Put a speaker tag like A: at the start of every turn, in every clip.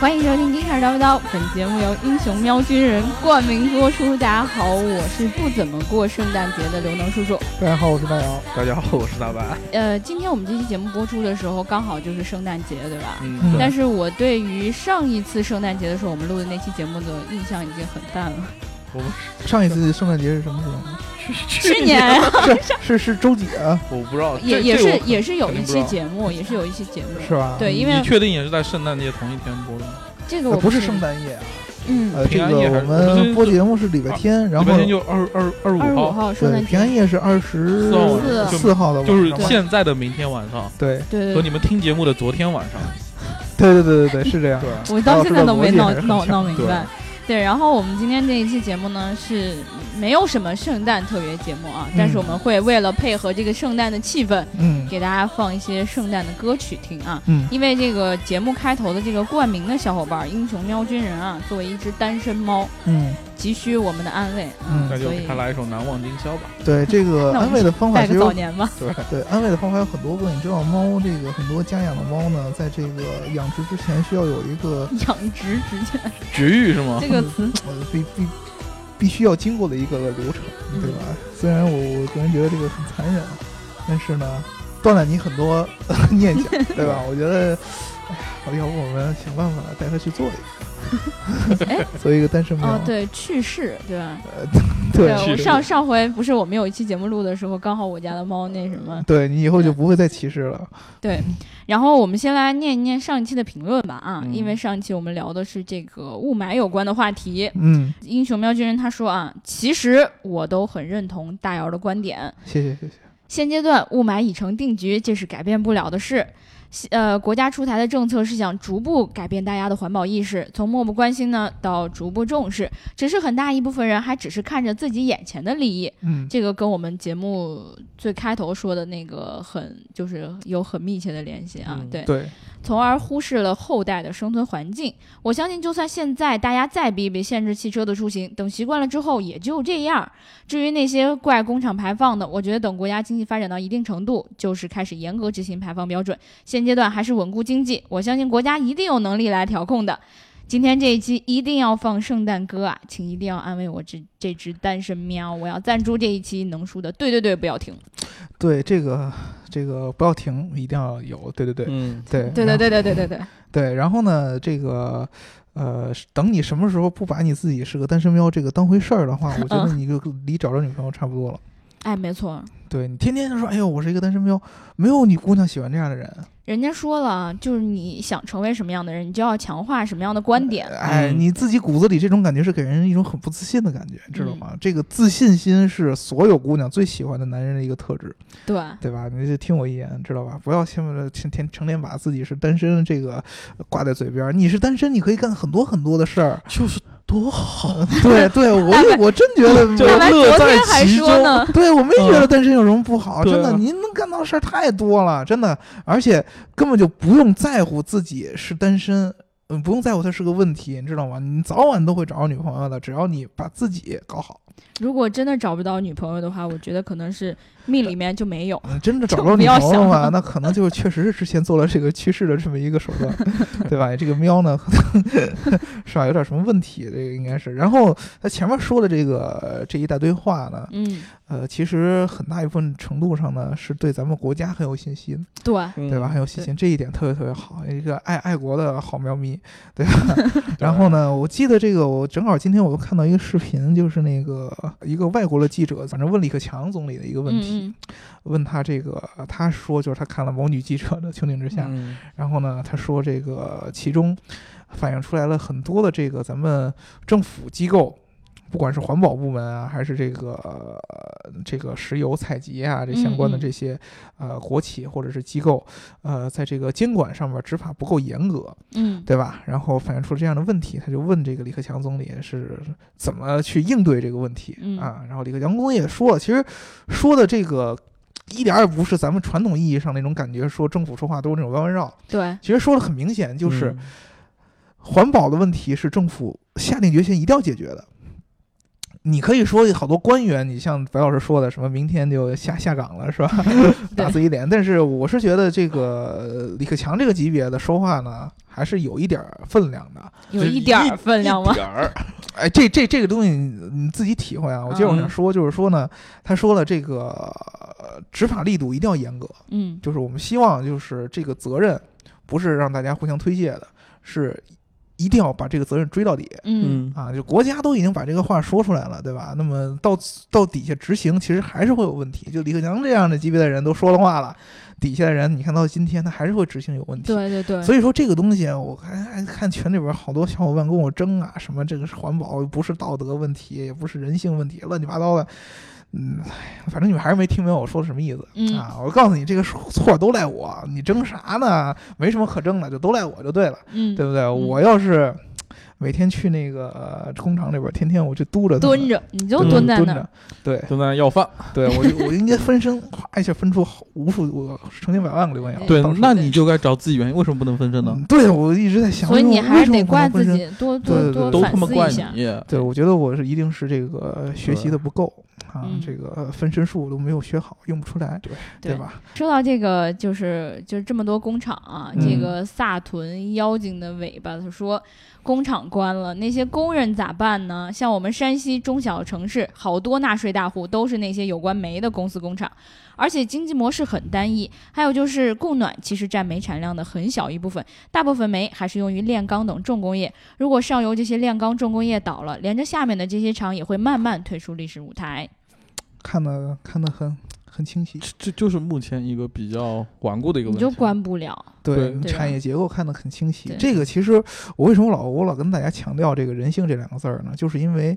A: 欢迎收听《金事叨不叨》，本节目由英雄喵军人冠名播出。大家好，我是不怎么过圣诞节的刘能叔叔。
B: 大家好，我是大姚。
C: 大家好，我是大白。
A: 呃，今天我们这期节目播出的时候，刚好就是圣诞节，对吧？
C: 嗯
B: 嗯
A: 但是我对于上一次圣诞节的时候我们录的那期节目的印象已经很淡了。
B: 上一次圣诞节是什么时候？
A: 去年啊
B: 是是周几啊？
C: 我不知道，
A: 也
C: 这
A: 也
C: 这我
A: 是
C: 可
A: 也是有
C: 肯
A: 一
C: 定
A: 期
C: 不知道
A: 节目，也是有一期节目。
B: 是吧？
A: 对，因
C: 你
A: 为
C: 确定也是在圣诞节同一天播的吗？
A: 这个
B: 呃
A: 我
B: 不是
A: 确
B: 圣诞夜啊。
A: 嗯，
B: 呃，这
C: 平安
B: 个
C: 夜还
B: 我
C: 是我们
B: 们
C: 是
B: 播节目是礼拜天，然
C: 礼
B: 后
C: 拜天就二二二
A: 二十
C: 五
A: 五
C: 号，
A: 号圣
B: 对
A: 诞
B: 平安
A: 节，
B: 夜是二十
C: 四号晚
A: 上
C: 就
B: 四号的晚
C: 就是
B: 上吧
C: 现在的明天晚上
B: 对
A: 对
C: 和
A: 对
C: 你们听节目的昨天晚上。
B: 对对对对对，是这样。
C: 对
A: 我到现在都没
B: 大
A: 闹
B: 老师的逻辑还是很
A: 闹
B: 强
A: 闹明白。对，然后我们今天这一期节目呢是没有什么圣诞特别节目啊，但是
B: 嗯
A: 我们会为了配合这个圣诞的气氛，
B: 嗯
A: 给大家放一些圣诞的歌曲听啊。
B: 嗯，
A: 因为这个节目开头的这个冠名的小伙伴儿英雄喵军人啊，作为一只单身猫，
B: 嗯，
A: 急需我们的安慰啊
B: 嗯，
C: 那就
A: 所
C: 给
A: 以
C: 他来一首《难忘今宵》吧。
B: 对这个
A: 那我们
B: 安慰的方法
A: 拜个
B: 其实
A: 早
B: 有
A: 年吧。
B: 对安慰的方法有很多个，你知道猫这个很多家养的猫呢，在这个养殖之前需要有一个
A: 养殖之前
C: 绝育是吗
A: 这？个词，
B: 呃必必必须要经过的一个流程，对吧？
A: 嗯
B: 虽然我我个人觉得这个很残忍，啊但是呢，锻炼你很多 念想，对 吧？我觉得，哎呀，要不我们想办法带它去做一
A: 哎
B: 个，做一个单身猫。
A: 哦，对，去世，对吧？
B: 对
C: 去
A: 我
C: 世
A: 上上回不是我们有一期节目录的时候，刚好我家的猫那什么，
B: 对你以后就不会再歧视了。
A: 然后我们先来念一念上一期的评论吧啊，
C: 嗯
A: 因为上一期我们聊的是这个雾霾有关的话题。
B: 嗯，
A: 英雄喵军人他说啊，其实我都很认同大姚的观点，
B: 谢谢谢谢。
A: 现阶段雾霾已成定局，这是改变不了的事。西呃，国家出台的政策是想逐步改变大家的环保意识，从漠不关心呢到逐步重视。只是很大一部分人还只是看着自己眼前的利益，
B: 嗯，
A: 这个跟我们节目最开头说的那个很就是有很密切的联系啊。
C: 嗯
A: 对，
B: 对，
A: 从而忽视了后代的生存环境。我相信，就算现在大家再逼逼限制汽车的出行，等习惯了之后也就这样。至于那些怪工厂排放的，我觉得等国家经济发展到一定程度，就是开始严格执行排放标准。现阶段还是稳固经济，我相信国家一定有能力来调控的。今天这一期一定要放圣诞歌啊，请一定要安慰我这这只单身喵！我要赞助这一期能输的，对对对，不要停，
B: 对这个这个不要停，一定要有。对对对、
C: 嗯，
B: 对
A: 对对对对对对对，
B: 对，然后呢，这个呃，是等你什么时候不把你自己是个单身喵这个当回事儿的话，我觉得你就离找着女朋友差不多了。
A: 哎，没错，
B: 对你天天就说，哎呦，我是一个单身喵，没有你姑娘喜欢这样的人。
A: 人家说了啊，就是你想成为什么样的人，你就要强化什么样的观点。
B: 哎，
C: 嗯
B: 你自己骨子里这种感觉是给人一种很不自信的感觉，知道吗？这个自信心是所有姑娘最喜欢的男人的一个特质，
A: 对，
B: 对吧？你就听我一言，知道吧？不要先把天天成天把自己是单身这个呃挂在嘴边儿。你是单身，你可以干很多很多的事儿。
C: 就是多好，
B: 对对，我也我真觉得
C: 就
A: 大白
C: 乐
A: 昨
C: 在
A: 天还
C: 其
A: 说
C: 中
A: 呢，
B: 对，我没觉得单身有什么不好，
C: 嗯
B: 真
C: 对
B: 的，
C: 啊
B: 您能干到的事儿太多了，真的，而且根本就不用在乎自己是单身，嗯，不用在乎它是个问题，你知道吗？你早晚都会找到女朋友的，只要你把自己搞好，
A: 如果真的找不到女朋友的话，我觉得可能是命里面就没有。
B: 嗯，真的找
A: 就
B: 不到
A: 不
B: 女
A: 要
B: 朋友
A: 想
B: 的话，
A: 了
B: 那可能就是确实是之前做了这个趋势的这么一个手 段，对吧？这个喵呢，可能 是吧，有点什么问题，这个应该是。然后他前面说的这个这一大堆话呢，
A: 嗯，
B: 呃，其实很大一部分程度上呢，是对咱们国家很有信心的。
A: 嗯对，
B: 对
C: 对
B: 吧？很？有信心，这一点特别特别好，一个爱爱国的好喵咪，对吧？ 然后呢，我记得这个，我正好今天我又看到一个视频，就是那个一个外国的记者，反正问李克强总理的一个问题，
A: 嗯
B: 问他这个，他说就是他看了某女记者的穹顶之下，
C: 嗯，
B: 然后呢，他说这个其中反映出来了很多的这个咱们政府机构。不管是环保部门啊，还是这个、呃这个石油采集啊，这相关的
A: 嗯嗯
B: 这些呃国企或者是机构，呃，在这个监管上面执法不够严格，
A: 嗯
B: 对吧？然后反映出这样的问题，他就问这个李克强总理是怎么去应对这个问题、
A: 嗯
B: 啊。然后李克强总理也说了，其实说的这个一点儿也不是咱们传统意义上那种感觉，说政府说话都是那种弯弯绕，
A: 嗯，对，
B: 其实说的很明显，
C: 嗯
B: 就是环保的问题是政府下定决心一定要解决的。你可以说好多官员，你像白老师说的，什么明天就下下岗了，是 吧？打
A: 对
B: 自己脸。但是我是觉得这个呃李克强这个级别的说话呢，还是有一点儿分量的。
A: 有一点儿分量吗
C: 一？点儿，
B: 哎，这这这个东西你自己体会啊。我接着
C: 嗯
B: 往下说，就是说呢，他说了这个呃执法力度一定要严格，
A: 嗯
B: 就是我们希望就是这个责任不是让大家互相推卸的，是一定要把这个责任追到底。
A: 嗯，
B: 啊，就国家都已经把这个话说出来了，对吧？那么到到底下执行，其实还是会有问题。就李克强这样的级别的人都说了话了，底下的人你看到今天，他还是会执行有问题。
A: 对对对，
B: 所以说这个东西，我还还看群里边好多小伙伴跟我争啊，什么这个是环保，不是道德问题，也不是人性问题，乱七八糟的。嗯，唉反正你们还是没听明白我说的什么意思、
A: 嗯
B: 啊！我告诉你，这个错都赖我，你争啥呢？没什么可争的，就都赖我就对了。
A: 嗯
B: 对，不对？我要是每天去那个呃工厂里边儿，天天我就嘟着他们
A: 蹲，着，你就
B: 对
A: 蹲在
B: 蹲
A: 那
B: 着
A: 儿，
B: 对
C: 就在那要饭。
B: 对，我就我应该分身，咵一下分出好无数我成千百万个留言了。
A: 对
C: 对
B: 到，时候
C: 那你就该找自己原因，为什么不能分身呢？
B: 嗯对我一直在想，
A: 所以你
B: 我
A: 还
B: 为
A: 是
B: 什么
A: 得
B: 不能
A: 怪自
B: 分身。
A: 己，多
B: 对
A: 多
B: 对
A: 多
C: 都
A: 反
C: 他妈
A: 思一
C: 怪
A: 下。
C: 你，
B: 对，我觉得我是一定是这个学习的不够啊
A: 嗯，
B: 这个分身术我都没有学好，用不出来，
C: 对
A: 对
B: 吧？
A: 说到这个，就是就是这么多工厂啊，
B: 嗯
A: 这个萨屯妖精的尾巴，他说工厂关了，那些工人咋办呢？像我们山西中小城市，好多纳税大户都是那些有关煤的公司工厂，而且经济模式很单一。还有就是供暖其实占煤产量的很小一部分，大部分煤还是用于炼钢等重工业。如果上游这些炼钢重工业倒了，连着下面的这些厂也会慢慢退出历史舞台。
B: 看的看的很很清晰，
C: 这这就是目前一个比较顽固的一个
A: 你
C: 问
A: 就
C: 题。
A: 关不了，
C: 对
B: 你
A: 对
B: 产业结构看得很清晰
A: 对。
B: 这个其实我为什么老我老跟大家强调这个人性这两个字儿呢？就是因为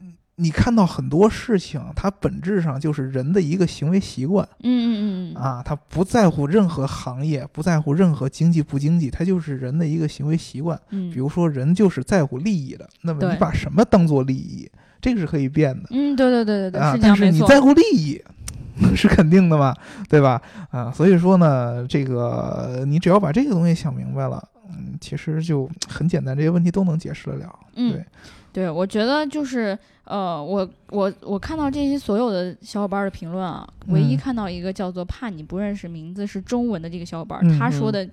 B: 嗯你看到很多事情，它本质上就是人的一个行为习惯
A: 嗯嗯嗯嗯，
B: 啊，它不在乎任何行业，不在乎任何经济不经济，它就是人的一个行为习惯。
A: 嗯
B: 比如说，人就是在乎利益的，那么
A: 对
B: 你把什么当做利益，这个是可以变的。
A: 嗯，对对对对对，
B: 啊
A: 是，这
B: 但
A: 样
B: 是
A: 没
B: 你
A: 错。
B: 在乎利益 是肯定的嘛，对吧？啊，所以说呢，这个你只要把这个东西想明白了，嗯，其实就很简单，这些问题都能解释得了。
A: 嗯
B: 对，
A: 对，我觉得就是呃，我我我看到这些所有的小伙伴的评论啊，唯一
B: 嗯
A: 看到一个叫做“怕你不认识名字是中文”的这个小伙伴，
B: 嗯
A: 他说的。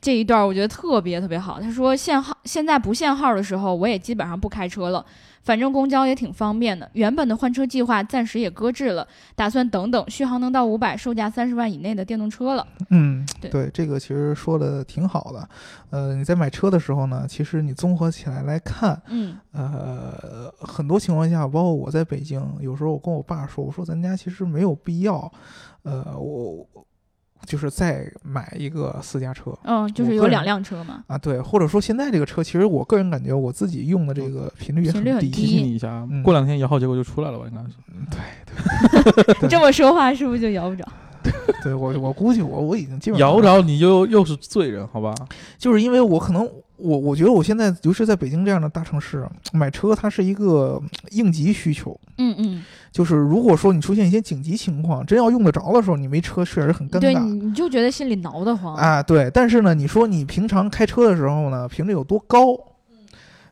A: 这一段我觉得特别特别好。他说限号，现在不限号的时候，我也基本上不开车了，反正公交也挺方便的。原本的换车计划暂时也搁置了，打算等等续航能到五百、售价三十万以内的电动车了。
B: 嗯，
A: 对
B: 这个其实说的挺好的。呃，你在买车的时候呢，其实你综合起来来看，
A: 嗯
B: 呃，很多情况下，包括我在北京，有时候我跟我爸说，我说咱家其实没有必要，呃，我就是再买一个私家车。
A: 嗯，就是
B: 我
A: 有
B: 个人
A: 两辆车嘛。
B: 啊，对，或者说现在这个车，其实我个人感觉我自己用的这个频率也
A: 频率很
B: 低，
C: 提
A: 低
C: 醒你一下，啊
B: 嗯
C: 过两天摇号结果就出来了吧？应该是
A: 你这么说话是不是就摇不着？
B: 对我我估计我我已经基本上
C: 摇着你就又是罪人，好吧？
B: 就是因为我可能我我觉得我现在尤其是在北京这样的大城市，买车它是一个嗯应急需求，
A: 嗯嗯。
B: 就是如果说你出现一些紧急情况，真要用得着的时候，你没车确实很尴
A: 对，
B: 尬。
A: 你你就觉得心里挠得慌。
B: 啊，对，但是呢，你说你平常开车的时候呢，频率有多高？
A: 嗯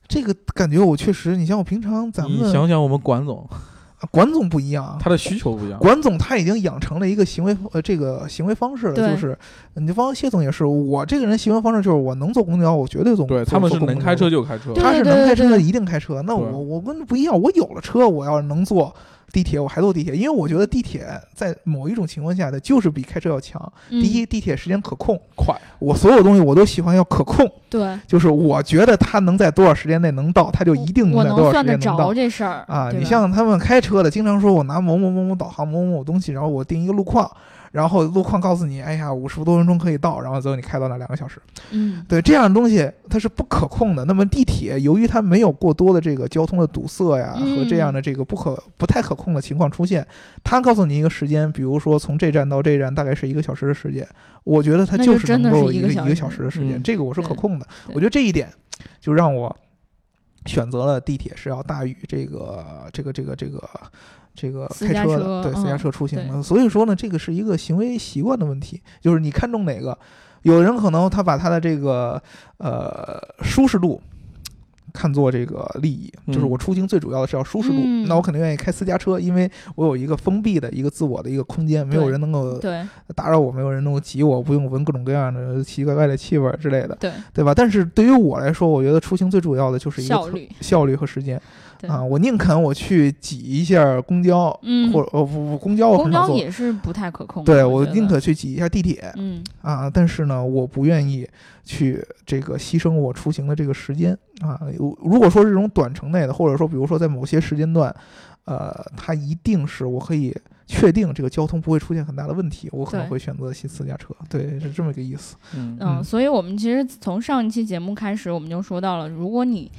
B: 这个感觉我确实，你像我平常咱
C: 你
B: 们
C: 想想，我们管总
B: 啊管总不一样啊，
C: 他的需求不一样，
B: 管总他已经养成了一个行为呃这个行为方式了，
A: 对
B: 就是你就包括谢总也是，我这个人行为方式就是我能坐公交，我绝对坐。
C: 对
B: 坐
C: 他们是
B: 坐公
C: 能
B: 交
C: 开车就开车
A: 对，
B: 他是能开车
A: 对
B: 的
A: 对
B: 一定开车。那
C: 对
B: 我我跟不一样，我有了车，我要是能坐地铁，我还坐地铁，因为我觉得地铁在某一种情况下的就是比开车要强。
A: 嗯
B: 第一，地铁时间可控，
C: 快，
B: 我所有东西我都喜欢要可控，
A: 对，
B: 就是我觉得他能在多少时间内能到，他就一定
A: 我
B: 在
A: 能
B: 多少
A: 算
B: 时
A: 得
B: 间能到
A: 着。这事儿
B: 啊，
A: 对
B: 你
A: 吧
B: 像他们开车的，经常说我拿某某某某导航某某某东西，然后我定一个路况，然后路况告诉你，哎呀，五十多分钟可以到，然后最后你开到那两个小时。
A: 嗯
B: 对，这样的东西它是不可控的。那么地铁由于它没有过多的这个交通的堵塞呀、
A: 嗯
B: 和这样的这个不可不太可控的情况出现，它告诉你一个时间，比如说从这站到这站大概是一个小时的时间，我觉得它
A: 那
B: 就
A: 就是真
B: 能
A: 的是
B: 够
A: 一
B: 一
A: 个
B: 个
A: 小
B: 一个
A: 时
B: 小时的时
C: 嗯
B: 间，这个我是
A: 对
B: 可控的。
A: 对
B: 我觉得这一点就让我选择了地铁是要大于这个这个这个这个这个
A: 私
B: 开
A: 家
B: 车
A: 车
B: 的，对私家
A: 嗯
B: 车出行
A: 对
B: 的。所以说呢，这个是一个行为习惯的问题，就是你看中哪个，有人可能他把他的这个呃舒适度看作这个利益，
C: 嗯
B: 就是我出行最主要的是要舒适度。
A: 嗯
B: 那我肯定愿意开私家车，因为我有一个封闭的一个自我的一个空间，没有人能够
A: 对
B: 打扰我，没有人能够挤我，不用闻各种各样的奇奇怪怪的气味儿之类的，
A: 对，
B: 对吧？但是对于我来说，我觉得出行最主要的就是一个
A: 效率，
B: 效率和时间
A: 对
B: 啊，我宁肯我去挤一下公交，
A: 嗯，
B: 或者呃不不公交我
A: 公
B: 很少
A: 交
B: 坐，
A: 也是不太可控的。
B: 对
A: 我
B: 我
A: 觉
B: 宁
A: 得，
B: 可去挤一下地铁
A: 嗯，
B: 啊，但是呢，我不愿意去这个牺牲我出行的这个时间啊。我如果说是这种短程内的，或者说比如说在某些时间段，呃，它一定是我可以。确定这个交通不会出现很大的问题，我可能
A: 对
B: 会选择新私家车，对，是这么一个意思。
C: 嗯
A: 嗯，
B: 嗯
A: 所以我们其实从上一期节目开始，我们就说到了，如果你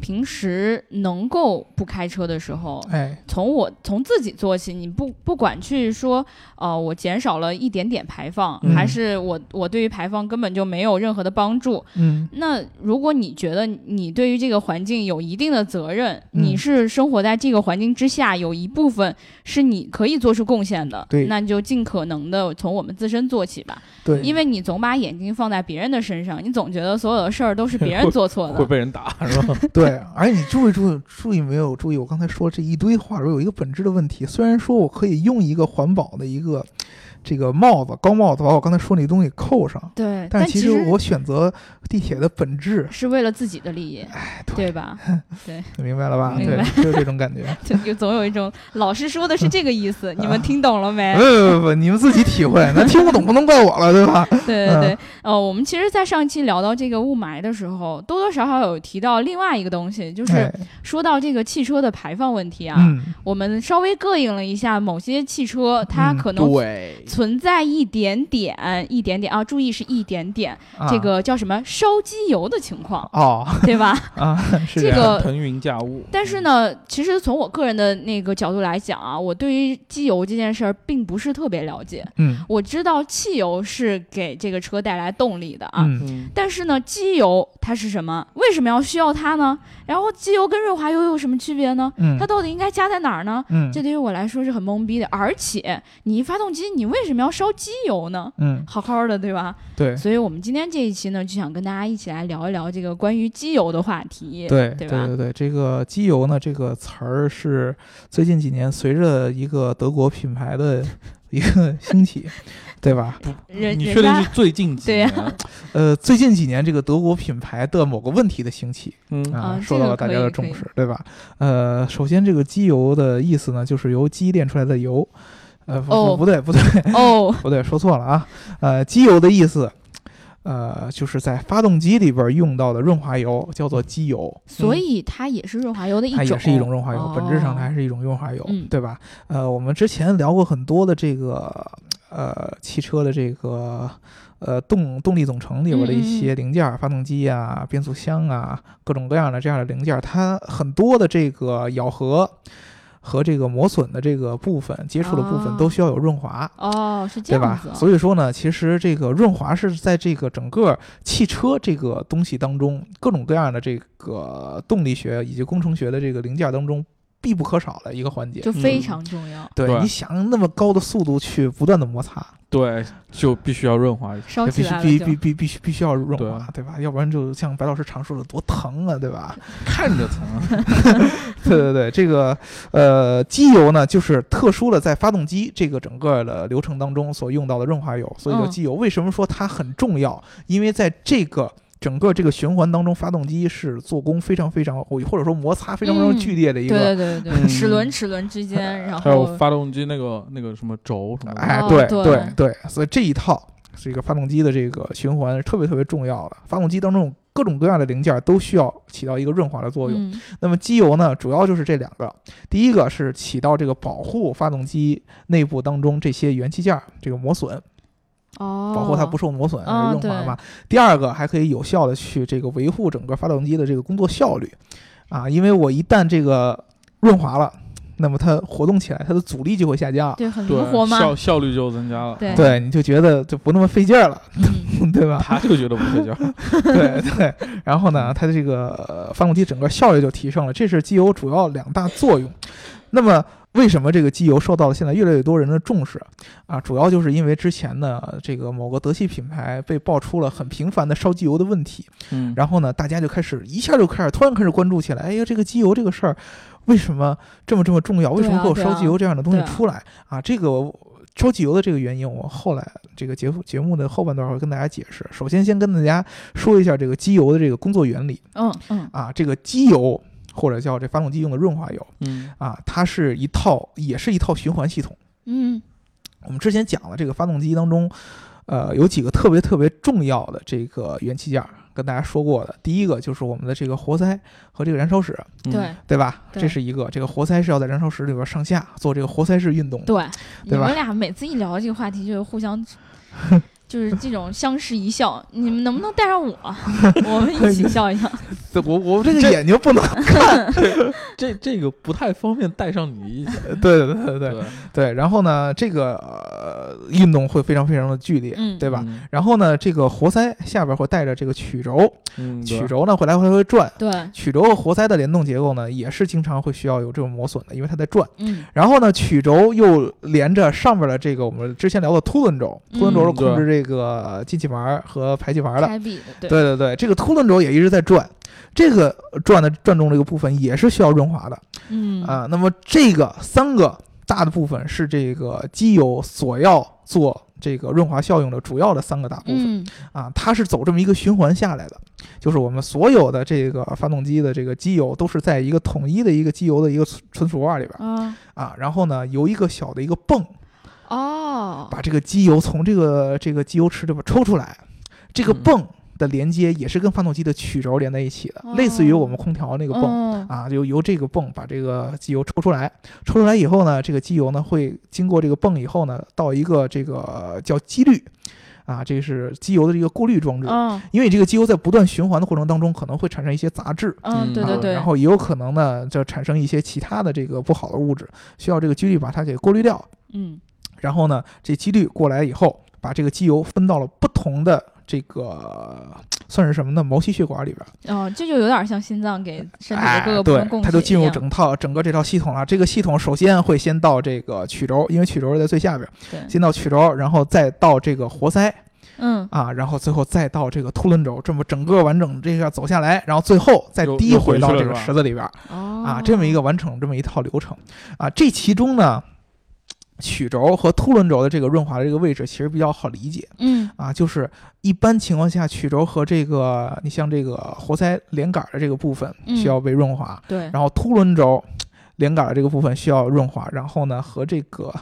A: 平时能够不开车的时候，
B: 哎，
A: 从我从自己做起，你不不管去说，呃，我减少了一点点排放，
B: 嗯
A: 还是我我对于排放根本就没有任何的帮助。
B: 嗯，
A: 那如果你觉得你对于这个环境有一定的责任，
B: 嗯
A: 你是生活在这个环境之下，有一部分是你可以做出贡献的，
B: 对
A: 那你就尽可能的从我们自身做起吧。
B: 对，
A: 因为你总把眼睛放在别人的身上，你总觉得所有的事儿都是别人做错
C: 嗯会
A: 的。
C: 被人打是吧？
B: 对，而且你注意注意注意没有注意？我刚才说这一堆话里有一个本质的问题。虽然说我可以用一个环保的一个这个帽子高帽子把我刚才说那东西扣上，
A: 对，
B: 但
A: 其
B: 其实我选择地铁的本质，
A: 是为了自己的利益，
B: 哎，
A: 对吧？
B: 你明白了吧？
A: 明
B: 对
A: 白，
B: 就是这种感 觉。
A: 就就总有一种老师说的是这个意思，你
B: 嗯
A: 们听懂了没
B: 不？不不不，你们自己体会，那听不懂不能怪我了，对吧？
A: 对
B: 嗯
A: 对对，呃，我们其实，在上一期聊到这个雾霾的时候，多多少少有提到另外一个东西，就是
B: 哎，
A: 说到这个汽车的排放问题啊，
B: 嗯，
A: 我们稍微膈应了一下某些汽车，它
B: 嗯
A: 可能
C: 对，
A: 存在一点点、一点点啊，注意是一点点，
B: 啊
A: 这个叫什么烧机油的情况，
B: 哦
A: 对吧？
B: 啊， 是
A: 这
B: 样
A: 个
C: 腾云驾雾。
A: 但是呢，其实从我个人的那个角度来讲啊，我对于机油这件事儿并不是特别了解。
B: 嗯
A: 我知道汽油是给这个车带来动力的啊，
B: 嗯
C: 嗯，
A: 但是呢，机油它是什么？为什么要需要它呢？然后机油跟润滑油有什么区别呢？
B: 嗯
A: 它到底应该加在哪儿呢？
B: 嗯
A: 这对于我来说是很懵逼的。而且你发动机，你为什么要烧机油呢？
B: 嗯，
A: 好好的，对吧？
B: 对
A: 所以我们今天这一期呢，就想跟大家一起来聊一聊这个关于机油的话题。
B: 对
A: 对吧
B: 对对对，这个机油呢，这个词儿是最近几年随着一个德国品 牌的一个兴起，对吧？
A: 人
C: 你
A: 人
C: 确定
A: 家
C: 是最近几
A: 对呀
C: 年？
B: 呃，最近几年这个德国品牌的某个问题的兴起
C: 嗯
B: 啊
A: 啊，
B: 受
A: 这
B: 到
A: 个
B: 了大
A: 可
B: 家的
A: 以可以
B: 重视，对吧？呃，首先这个机油的意思呢，就是由鸡炼出来的油，呃，不
A: 哦
B: 不不对不对
A: 哦，
B: 不对，说错了啊，呃，机油的意思。呃，就是在发动机里边儿用到的润滑油叫做机油，
A: 所以它也是润滑油的一种，
B: 它也是一种润滑油，
A: 哦
B: 本质上它还是一种润滑油，
A: 嗯
B: 对吧？呃，我们之前聊过很多的这个呃汽车的这个呃动动力总成里边的
A: 嗯嗯嗯
B: 一些零件儿，发动机啊、变速箱啊，各种各样的这样的零件儿，它很多的这个咬合和这个磨损的这个部分、接触的部
A: 哦
B: 分都需要有润滑。
A: 哦，是这
B: 对
A: 样
B: 吧
A: 子啊，？
B: 所以说呢，其实这个润滑是在这个整个汽车这个东西当中，各种各样的这个呃动力学以及工程学的这个零件当中必不可少的一个环节。
A: 就非常重要，
B: 对，
C: 对
B: 你想那么高的速度去不断的摩擦，
C: 对，就必须要润滑一下。
A: 烧起
B: 必须
A: 来了
B: 必
A: 就
B: 必必必须必须要润滑，对吧？要不然就像白老师常说的，多疼啊，对吧？
C: 看着疼，啊
B: 对对对，这个呃，机油呢，就是特殊的在发动机这个整个的流程当中所用到的润滑油，所以叫
A: 嗯
B: 机油。为什么说它很重要？因为在这个整个这个循环当中，发动机是做工非常非常，或者说摩擦非常非常
A: 嗯
B: 剧烈的一个。
A: 对对对对，
C: 嗯
A: 齿轮齿轮之 间，然
C: 还有
A: 后
C: 发动机那个那个什么轴什么的，
B: 哎
A: 哦，
B: 对
A: 对
B: 对对，所以这一套这个发动机的这个循环是特别特别重要的。发动机当中有各种各样的零件都需要起到一个润滑的作用。
A: 嗯
B: 那么机油呢，主要就是这两个，第一个是起到这个保护发动机内部当中这些元器件儿这个磨损，
A: 哦，
B: 保护它不受磨损、
A: 哦
B: 润滑嘛。第二个还可以有效的去这个维护整个发动机的这个工作效率，啊，因为我一旦这个润滑了，那么它活动起来，它的阻力就会下降。
A: 对很灵活
C: 对，
A: 嘛，
C: 效效率就增加了。
A: 对
C: 嗯
B: 对，你就觉得就不那么费劲儿了，
A: 嗯
B: 对吧？
C: 他就觉得不睡觉。
B: 对对，然后呢，它的这个呃发动机整个效率就提升了，这是机油主要两大作用。那么为什么这个机油受到了现在越来越多人的重视啊？主要就是因为之前呢，这个某个德系品牌被爆出了很频繁的烧机油的问题，
C: 嗯，
B: 然后呢，大家就开始一下就开始突然开始关注起来，哎呀，这个机油这个事儿为什么这么这么重要？为什么会有
A: 对啊
B: 烧机油这样的东西
A: 对啊
B: 出来啊？这个烧机油的这个原因，我后来这个节目节目的后半段会跟大家解释。首先，先跟大家说一下这个机油的这个工作原理
A: 嗯嗯
B: 啊，这个机油或者叫这发动机用的润滑油
C: 嗯
B: 啊，它是一套也是一套循环系统。
A: 嗯
B: 我们之前讲了这个发动机当中，呃，有几个特别特别重要的这个元器件儿，跟大家说过的。第一个就是我们的这个活塞和这个燃烧室，
C: 嗯
A: 对
B: 对吧？
A: 对
B: 这是一个，这个活塞是要在燃烧室里边上下做这个活塞式运动的。
A: 对，你
B: 对吧
A: 们俩每次一聊这个话题就互 相。就是这种相视一笑，你们能不能带上我？我们一起笑一笑。
C: 这我我
B: 这个眼睛 不能，
C: 这这个不太方便带上你一起，
B: 对对对对对
C: 对
B: 对。然后呢，这个、呃、运动会非常非常的剧烈，
A: 嗯
B: 对吧？？然后呢，这个活塞下边会带着这个曲轴，
C: 嗯，
B: 曲轴呢会来回回转。
A: 对，
B: 曲轴和活塞的联动结构呢，也是经常会需要有这种磨损的，因为它在转。
A: 嗯
B: 然后呢，曲轴又连着上面的这个我们之前聊的凸轮轴，
A: 嗯
B: 凸轮轴是控制这个进气阀和排气阀的。
A: 开闭的，对
B: 对对对，这个凸轮轴也一直在转，这个转的转动这个部分也是需要润滑的
A: 嗯
B: 啊、那么这个三个大的部分是这个机油所要做这个润滑效用的主要的三个大部分、
A: 嗯
B: 啊，它是走这么一个循环下来的，就是我们所有的这个发动机的这个机油都是在一个统一的一个机油的一个存存储罐里边。
A: 啊
B: 啊，然后呢，由一个小的一个泵
A: 哦，
B: 把这个机油从这个这个机油池里边抽出来，这个
C: 嗯
B: 泵的连接也是跟发动机的曲轴连在一起的，类似于我们空调那
A: 这
B: 个泵。啊，就由这个泵把这个机油抽出来，抽出来以后呢，这个机油呢会经过这个泵以后呢，到一个这个叫机滤，啊，这是机油的啊这个过滤装置，
A: 嗯
B: 因为这个机油在不断循环的过程当中，可能会产生一些杂质，
A: 嗯，对
C: 啊
A: 对对，
B: 啊，然后也有可能呢，就产生一些其他的这个不好的物质，需要这个机滤把它给过滤掉。
A: 嗯
B: 然后呢，这机滤过来以后，把这个机油分到了不同的这个算是什么呢？毛细血管里边，
A: 哦，这就有点像心脏给身体的
B: 哎
A: 各个，部
B: 对
A: 分供，
B: 它
A: 血
B: 就进
A: 一
B: 入
A: 样
B: 整套整个这套系统了。这个系统首先会先到这个曲轴，因为曲轴是在最下边，
A: 对，
B: 先到曲轴，然后再到这个活塞
A: 嗯
B: 啊，然后最后再到这个凸轮轴，这么整个完整这个走下来，然后最后再
C: 又
B: 滴
C: 又
B: 回
C: 回去
B: 到
C: 了
B: 这
C: 是
B: 个
C: 吧
B: 池子里边。
A: 哦
B: 啊，这么一个完成这么一套流程啊，这其中呢，曲轴和凸轮轴的这个润滑的这个位置其实比较好理解
A: 嗯
B: 啊，就是一般情况下曲轴和这个你像这个活塞连杆儿的这个部分
A: 嗯
B: 需要被润滑，
A: 对
B: 然后凸轮轴。连杆儿的这个部分需要润滑，然后呢，和这个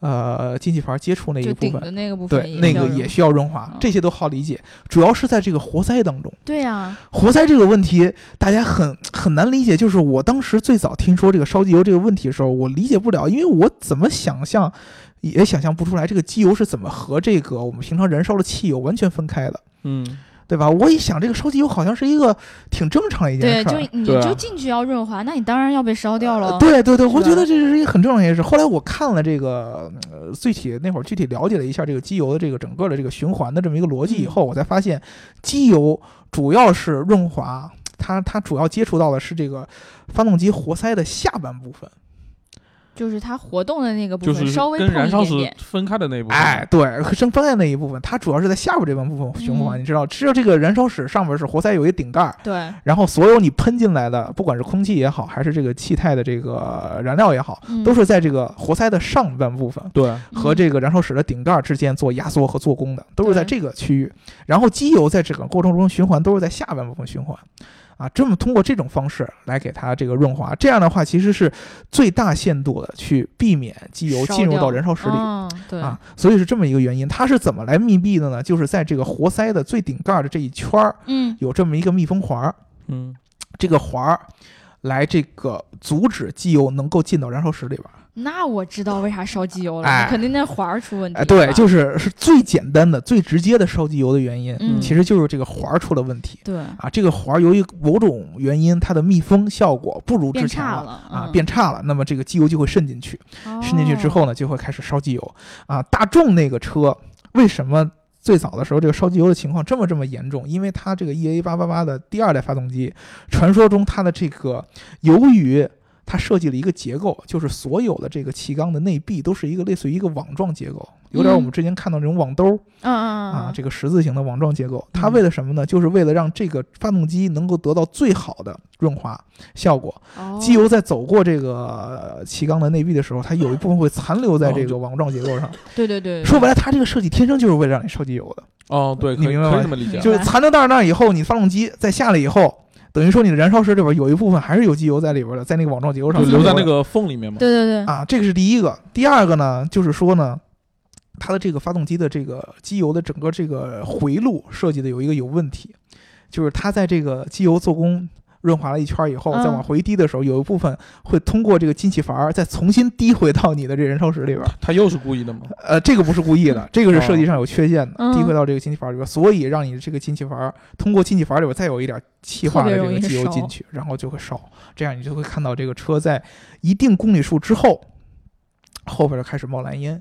B: 呃进气阀接触那一
A: 就
B: 个部
A: 顶的
B: 分，
A: 那个部分
B: 对，
A: 也
B: 那
A: 叫
B: 个
A: 什
B: 也
A: 么
B: 需要润滑
A: 嗯，
B: 这些都好理解。主要是在这个活塞当中，
A: 对啊呀，
B: 活塞这个问题，大家很很难理解。就是我当时最早听说这个烧机油这个问题的时候，我理解不了，因为我怎么想象也想象不出来这个机油是怎么和这个我们平常燃烧的汽油完全分开的，
C: 嗯，
B: 对吧？我一想，这个烧机油好像是一个挺正常的一件
A: 对，
B: 事
A: 就
B: 儿。呃
A: 你
C: 对啊
A: 就进去要润滑，那你当然要被烧掉了。
B: 对对对，我
A: 哦是吧
B: 觉得这是一个很正常的一件事。后来我看了这个呃具体那会儿具体了解了一下这个机油的这个整个的这个循环的这么一个逻辑
A: 嗯
B: 以后，我才发现机油主要是润滑，它它主要接触到的是这个发动机活塞的下半部分。
A: 就是它活动的那个部
C: 就
A: 分
C: 是
A: 稍微
C: 跟
A: 碰
C: 燃
A: 一
C: 烧
A: 点
C: 室
A: 点，
C: 分开的那一部分，
B: 哎，，对，生分开那一部分，它主要是在下边这半部分循环。
A: 嗯
B: 你知道，只有这个燃烧室上面是活塞有一顶盖儿，
A: 对，
B: 然后所有你喷进来的，不管是空气也好，还是这个气态的这个燃料也好，
A: 嗯
B: 都是在这个活塞的上半部分。
C: 对，
B: 和这个燃烧室的顶盖之间做压缩和做工的，都是在
A: 对
B: 这个区域。然后机油在整个过程中循环都是在下半部分循环，啊，这么通过这种方式来给它这个润滑。这样的话，其实是最大限度的去避免机油进入到燃烧室里。
A: 嗯对，
B: 啊，所以是这么一个原因，它是怎么来密闭的呢？就是在这个活塞的最顶盖的这一圈儿
A: 嗯
B: 有这么一个密封环儿，
C: 嗯，
B: 这个环儿来这个阻止机油能够进到燃烧室里边儿。
A: 那我知道为啥烧机油了，
B: 哎
A: 你肯定那环儿出问题
B: 哎，
A: 了吧。
B: 对，就是是最简单的、最直接的烧机油的原因，
A: 嗯
B: 其实就是这个环儿出了问题
A: 对，
B: 啊。这个环儿由于某种原因，它的密封效果不如之
A: 变
B: 前
A: 差
B: 了。
A: 了
B: 啊，
A: 嗯哦
B: 变差了，那么这个机油就会渗进去，渗进去之后呢，就会开始烧机油。啊，大众那个车为什么最早的时候这个烧机油的情况这么这么严重？因为它 E 这个 EA 八八八的第二代发动机，传说中它的这个由于它设计了一个结构，就是所有的这个气缸的内壁都是一个类似于一个网状结构，有点我们之前看到那种网兜儿、
A: 嗯嗯
B: 啊，
A: 嗯，
B: 这个十字形的网状结构。它
C: 嗯
B: 为了什么呢？就是为了让这个发动机能够得到最好的润滑效果。
A: 哦
B: 机油在走过这个呃气缸的内壁的时候，它有一部分会残留在这个网状结构上。
A: 对对 对，对
B: 说白了，它这个设计天生就是为了让你烧机油的，
C: 哦，对，
B: 你
C: 可以
B: 明白
C: 可
B: 吗
C: 以这么理解
A: 嗯
C: 啊
A: 明白，
B: 就是残留到那儿以后，你发动机再下来以后，等于说你的燃烧室里边有一部分还是有机油在里边的，在那个网状结构上
C: 就留在
B: 残
C: 那
B: 留
C: 个缝里面嘛。
A: 对对
B: 的
A: 对，
B: 啊，这个是第一个。第二个呢，就是说呢。它的这个发动机的这个机油的整个这个回路设计的有一个有问题，就是它在这个机油做工润滑了一圈以后，
A: 嗯
B: 再往回滴的时候，有一部分会通过这个进气阀儿再重新滴回到你的这燃烧室里边儿。
C: 他又是故意的吗？
B: 呃，这个不是故意的，这个是设计上有缺陷的，
A: 嗯
B: 滴回到这个进气阀里边，所以让你这个进气阀通过进气阀里边再有一点气化的这个机油进去，然后就会烧，这样你就会看到这个车在一定公里数之后，后边就开始冒蓝烟，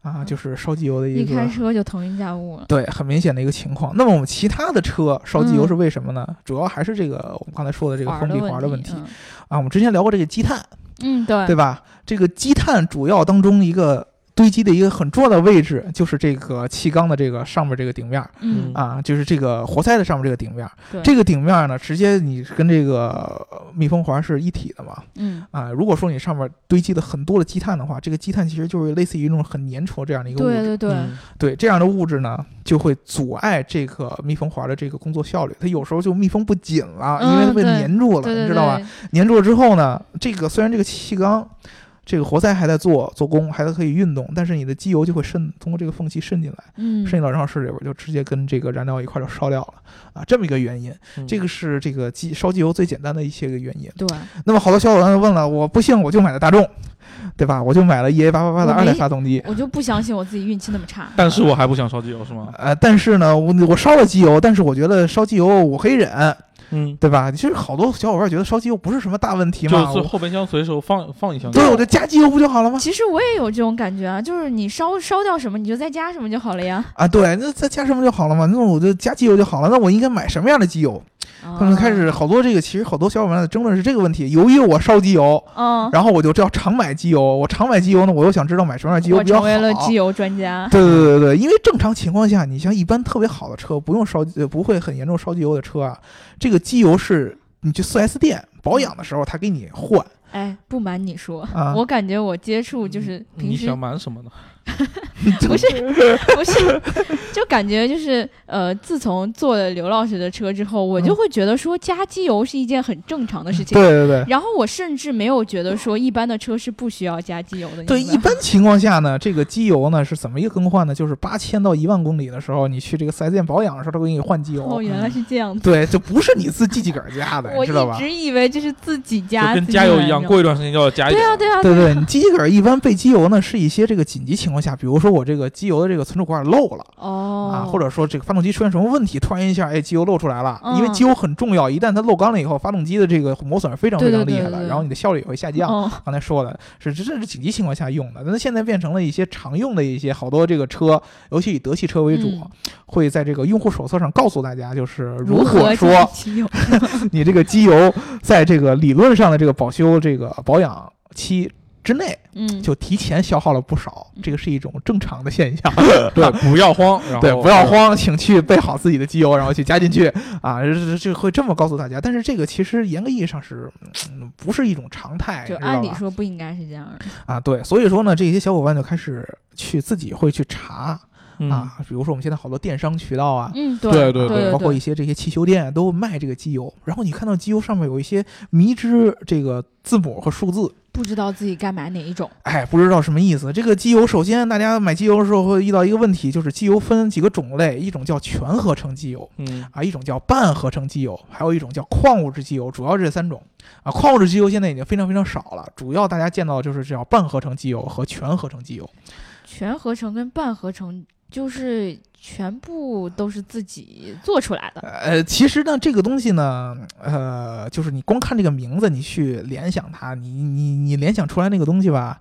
B: 啊，就是烧机油的一
A: 一
B: 个
A: 开。车就腾云驾雾了，
B: 对，很明显的一个情况。那么我们其他的车烧机油
A: 嗯
B: 是为什么呢？主要还是这个我们刚才说的这个封闭
A: 环
B: 环
A: 儿
B: 的
A: 的
B: 问
A: 题嗯
B: 题，啊。我们之前聊过这个积碳，
A: 嗯，嗯对
B: 对吧？这个积碳主要当中一个堆积的一个很重要的位置，就是这个气缸的这个上面这个顶面儿
A: 嗯
C: 嗯
B: 啊，就是这个活塞的上面这个顶面儿
A: 对。
B: 这个顶面儿呢，直接你跟这个呃密封环是一体的嘛
A: 嗯，
B: 啊。如果说你上面堆积了很多的积碳的话，这个积碳其实就是类似于一种很粘稠这样的一个物质。
A: 对对对，
C: 嗯
B: 对这样的物质呢，就会阻碍这个密封环的这个工作效率。它有时候就密封不紧了，因为它
A: 嗯
B: 被
A: 对
B: 粘住了，
A: 对对
B: 你知道吧？
A: 对
B: 粘住了之后呢，这个虽然这个气缸、这个活塞还在做做工，还在可以运动，但是你的机油就会渗通过这个缝隙渗进来，
A: 嗯，
B: 渗进到燃烧室里边，就直接跟这个燃料一块儿就烧掉了啊，这么一个原因。
C: 嗯
B: 这个是这个机烧机油最简单的一些个原因。
A: 对，
B: 那么好多小伙伴问了，我不信我就买了大众，对吧？我就买了 EA 八八八的
A: 我没
B: 二代发动机。
A: 我就不相信我自己运气那么差，啊
C: 但是我还不想烧机油是吗？
B: 呃，但是呢，我我烧了机油，但是我觉得烧机油我可以忍，
C: 嗯，
B: 对吧？其实好多小伙伴觉得烧机油不是什么大问题
C: 就
B: 嘛，
C: 是
B: 我
C: 后备箱随手放放一箱。
B: 对，我就加机油不就好了吗？
A: 其实我也有这种感觉啊，就是你烧烧掉什么，你就再加什么就好了呀。
B: 啊，对，那再加什么就好了嘛？那我就加机油就好了。那我应该买什么样的机油？他们
A: 啊
B: 开，始好多这个，其实好多小伙伴在争论是这个问题。由于我烧机油，
A: 嗯，
B: 然后我就知道常买机油。我常买机油呢，我又想知道买什么样的机油
A: 我
B: 比较
A: 成
B: 好。
A: 为了机油专家。
B: 对对对对对，因为正常情况下，你像一般特别好的车，不用烧呃不会很严重烧机油的车啊，这个机油是你去 4S 店保养的时候，他给你换
A: 哎，不瞒你说，
B: 啊嗯
A: 我感觉我接触就是平
C: 嗯你
A: 时
C: 想瞒什么呢？
A: 不是不是，就感觉就是呃，自从坐了刘老师的车之后，我就
B: 嗯
A: 会觉得说加机油是一件很正常的事情。
B: 对对对。
A: 然后我甚至没有觉得说一般的车是不需要加机油的。
B: 对，
A: 你
B: 一
A: 明白吗
B: 般情况下呢，这个机油呢是怎么一个更换呢？就是八千到一万公里的时候，你去这个 4S 店保养的时候，他会给你换机油。嗯
A: 哦，原来是这样子。
B: 对，就不是你自己自个儿加的，
A: 我
B: 你知道吧
A: 一？直以为这是自己加，
C: 就跟
A: 自己
C: 加油
A: 买
C: 一样，
A: 的
C: 过一段时间就要加一
A: 对
C: 点。
A: 啊，对啊，
B: 对对，你自己个儿一般备机油呢，是一些这个紧急情况下，比如说我这个机油的这个存储管漏了。
A: 哦，
B: 啊，或者说这个发动机出现什么问题，突然一下，哎，机油漏出来了。因为
A: 嗯
B: 机油很重要，一旦它漏缸了以后，发动机的这个磨损是非常
A: 对
B: 非
A: 对
B: 常厉
A: 对
B: 害
A: 对
B: 的，
A: 对
B: 然后你的效率也会下降。
A: 哦，
B: 刚才说的是，这这是紧急情况下用的，但是现在变成了一些常用的一些好多这个车，尤其以德系车为主，
A: 嗯
B: 会在这个用户手册上告诉大家，就是如
A: 如何
B: 果说
A: 加机 油？
B: 你这个机油在这个理论上的这个保修这个保养期之内
A: 嗯，
B: 就提前消耗了不少，这个是一种正常的现象。
C: 对，不要慌，然后嗯
B: 对，不要。慌，请去备好自己的机油，然后去加进去啊，这这这会这么告诉大家。但是这个其实严格意义上是，嗯、不是一种常态，
A: 就
B: 你知道
A: 按理
B: 哎吧
A: 说不应该是这样的。
B: 啊，对，所以说呢，这些小伙伴就开始去自己会去查、
C: 嗯，
B: 啊，比如说我们现在好多电商渠道啊，
A: 嗯，
C: 对
A: 对
C: 对
B: 包括一
A: 对，
B: 些这些汽修店都卖这个机油，然后你看到机油上面有一些迷之这个字母和数字，
A: 不知道自己该买哪一种。
B: 哎，不知道什么意思。这个机油，首先大家买机油的时候会遇到一个问题，就是机油分几个种类，一种叫全合成机油
C: 嗯，
B: 啊，一种叫半合成机油，还有一种叫矿物质机油，主要这三种啊。矿物质机油现在已经非常非常少了，主要大家见到的就是叫半合成机油和全合成机油。
A: 全合成跟半合成就是全部都是自己做出来的。
B: 呃，其实呢，这个东西呢，呃，就是你光看这个名字，你去联想它，你你你联想出来那个东西吧，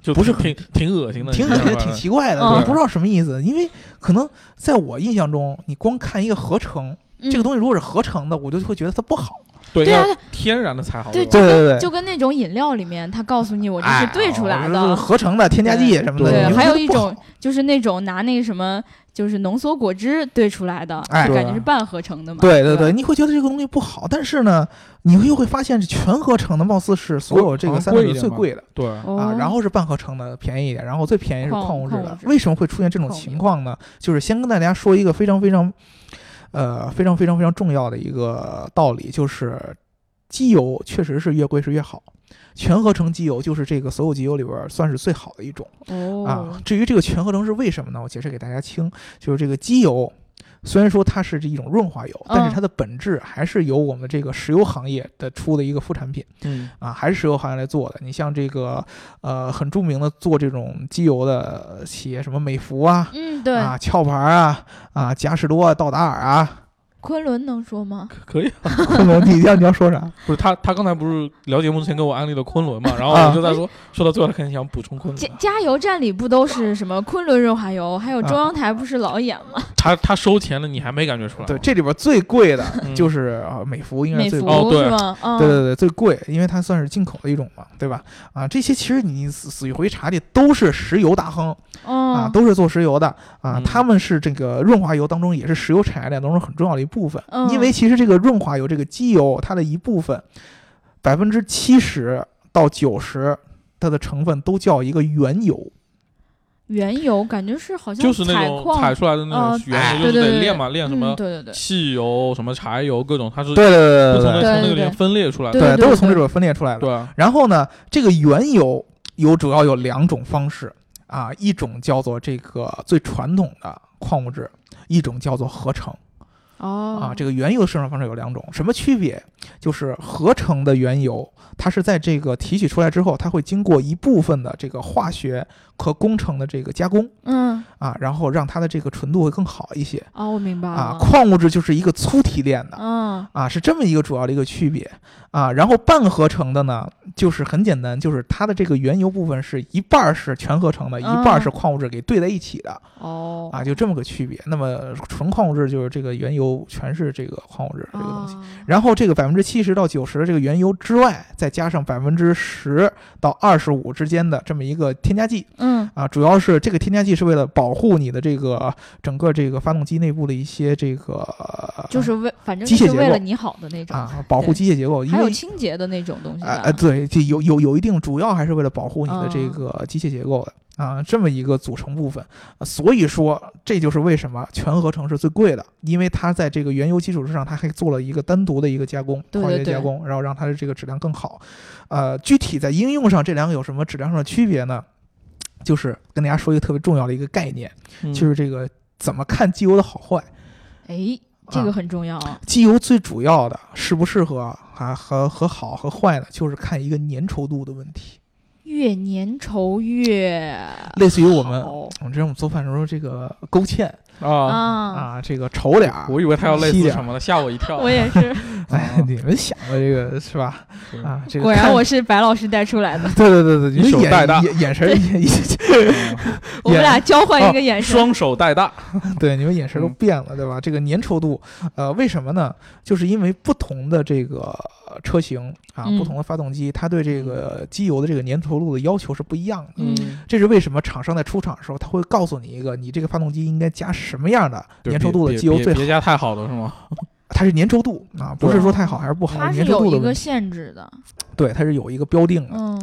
C: 就
B: 不是
C: 挺挺恶心的，
B: 挺
C: 你知道吧
B: 挺奇怪的，
A: 嗯
B: 你不知道什么意思。因为可能在我印象中，你光看一个合成，
A: 嗯
B: 这个东西如果是合成的，我就会觉得它不好。
C: 对
A: 对啊
C: 要天然的才好，
A: 对
C: 吧
B: 对对对，
A: 就跟那种饮料里面，他告诉你我这是兑出来的，
B: 哎就是合成的添加剂什么的。
A: 对，
B: 你
A: 还有
B: 就
A: 一
B: 不好
A: 种就是那种拿那个什么，就是浓缩果汁兑出来的，
B: 哎
A: 就感
C: 对
A: 觉是半合成的嘛。
B: 对对
A: 对
B: 对，你会觉得这个东西不好，但是呢，你会又会发现这全合成的貌似是所有这个
C: 好
B: 三种
C: 像贵一
B: 里
C: 点
B: 最
C: 嘛
B: 贵的
C: 对，
A: 哦
B: 啊，然后是半合成的便宜一点，然后最便宜是
A: 矿
B: 矿物质
A: 矿物
B: 的。
A: 质
B: 为什么会出现这种
A: 矿物
B: 情
A: 质
B: 况呢？就是先跟大家说一个非常非常，呃，非常非常非常重要的一个道理，就是机油确实是越贵是越好，全合成机油就是这个所有机油里边儿算是最好的一种。啊
A: 哦，，
B: 至于这个全合成是为什么呢？我解释给大家听，就是这个机油，虽然说它是一种润滑油，但
A: 嗯
B: 是它的本质还是由我们这个石油行业的出的一个副产品
C: 嗯，
B: 啊，还是石油行业来做的。你像这个呃很著名的做这种机油的企业，什么美孚啊。
A: 嗯，对，
B: 啊，壳牌啊，啊，嘉实多啊，道达尔啊，
A: 昆仑能说吗？
C: 可可以啊。
B: 昆仑，你要你要说 啥？
C: 不是他，他刚才不是聊节目之前给我安利了昆仑嘛，然后
B: 啊
C: 我就在说，说到最后，他肯定想补充昆
A: 加
C: 仑。
A: 加油站里不都是什么昆仑润滑油，还有
B: 啊
A: 中央台不是老演吗？
C: 他他收钱了，你还没感觉出来？
B: 对，，这里边最贵的
C: 嗯
B: 就是啊美孚，应该
A: 美
B: 是最
A: 孚、
B: 贵的
C: 哦对
A: 是吗？嗯，
B: 对对对，最贵，因为它算是进口的一种嘛，对吧？啊，这些其实你仔仔细回查，这都是石油大亨
A: 嗯，
B: 啊，都是做石油的啊
C: 嗯，
B: 他们是这个润滑油当中也是石油产业链当中很重要的一部分，
A: 嗯
B: 因为其实这个润滑油这个机油它的一部分，百分之七十到九十。它的成分都叫一个原油，
A: 原油感觉是好像
C: 就是那
A: 采
C: 种
A: 矿，
C: 采出来的那
A: 哦
C: 种原油，
A: 对
C: 就
A: 对
C: 是
A: 对
C: 得炼嘛，炼什
A: 嗯
C: 么
A: 对对对，
C: 汽油、什么柴油，各种，它是
B: 对对
C: 不同的
A: 对
C: 从那
A: 对
C: 个里面
A: 对
C: 分裂出来的。
A: 对对
B: 都是从
A: 对
B: 这种分裂出来的。
C: 对啊，
B: 然后呢，这个原油有主要有两种方式啊，一种叫做这个最传统的矿物质，一种叫做合成
A: 哦
B: 啊。这个原油的生产方式有两种，什么区别？就是合成的原油，它是在这个提取出来之后，它会经过一部分的这个化学和工程的这个加工
A: 嗯，
B: 啊，然后让它的这个纯度会更好一些
A: 哦，我明白了，
B: 啊。矿物质就是一个粗提炼的，
A: 嗯，
B: 啊，是这么一个主要的一个区别啊。然后半合成的呢，就是很简单，就是它的这个原油部分是一半儿是全合成的，一半儿是矿物质给兑在一起的
A: 哦，
B: 啊，就这么个区别。那么纯矿物质就是这个原油全是这个矿物质这个东西。
A: 啊
B: 然后这个百分之七十到九十的这个原油之外，再加上百分之十到二十五之间的这么一个添加剂
A: 嗯，
B: 啊，主要是这个添加剂是为了保护你的这个整个这个发动机内部的一些这个
A: 就是为反正
B: 啊机
A: 就
B: 械
A: 是
B: 结
A: 为
B: 构
A: 了你好的那种，
B: 啊保护机械结构，因
A: 还有
B: 为
A: 清洁的那种东西吧
B: 啊、呃，对，这有有有一定，主要还是为了保护你的这
A: 嗯
B: 个机械结构的啊、这么一个组成部分。呃所以说，这就是为什么全合成是最贵的，因为它在这个原油基础之上，它还做了一个单独的一个加工，
A: 对
B: 化
A: 对
B: 学加
A: 对
B: 工，然后让它的这个质量更好。呃，具体在应用上，这两个有什么质量上的区别呢？就是跟大家说一个特别重要的一个概念，就
A: 嗯
C: 就是
B: 这个怎么看机油的好坏。
A: 哎，这个
B: 啊
A: 很重要啊，
B: 机油最主要的适不适合啊和和好和坏呢，就是看一个粘稠度的问题。
A: 越粘稠越
B: 类似于我们
A: 好
B: 我们这种做饭的时候，这个勾芡
C: 啊，
A: 啊，
B: 嗯啊，这个瞅脸儿，
C: 我以为他要类
B: 吸
C: 似
B: 点儿
C: 什嗯么的，吓我一
B: 啊
C: 跳。
A: 我也是，
B: 哎，你们想的这个是吧？
C: 是
B: 啊， 这个
A: 果然
B: 看
A: 我是白老师带出来的，
B: 对对对对，你
C: 以手
B: 眼
C: 带大
B: 眼眼神儿，眼
C: 嗯
A: 我们俩交换一
B: 哦
A: 个眼神，嗯
C: 双手带大，
B: 对，你们眼神都
C: 嗯
B: 变了，对吧？这个粘稠度，呃，为什么呢？就是因为不同的这个呃车型啊，
A: 嗯
B: 不同的发动机，它对这
C: 嗯
B: 个机油的这个粘稠度的要求是不一样的。
A: 嗯
B: 这是为什么厂商在出厂的时候，他会告诉你一个你这个发动机应该加什么样的
C: 对
B: 粘稠度的
C: 别
B: 机油
C: 别
B: 最好
C: 别，加太好了是吗？
B: 它是粘稠度啊，不是说太好还是不好，
A: 它是
B: 哦粘稠
A: 有
B: 度的
A: 一
B: 问
A: 个
B: 题。
A: 限制的，
B: 对，它是有一个标定的。
A: 嗯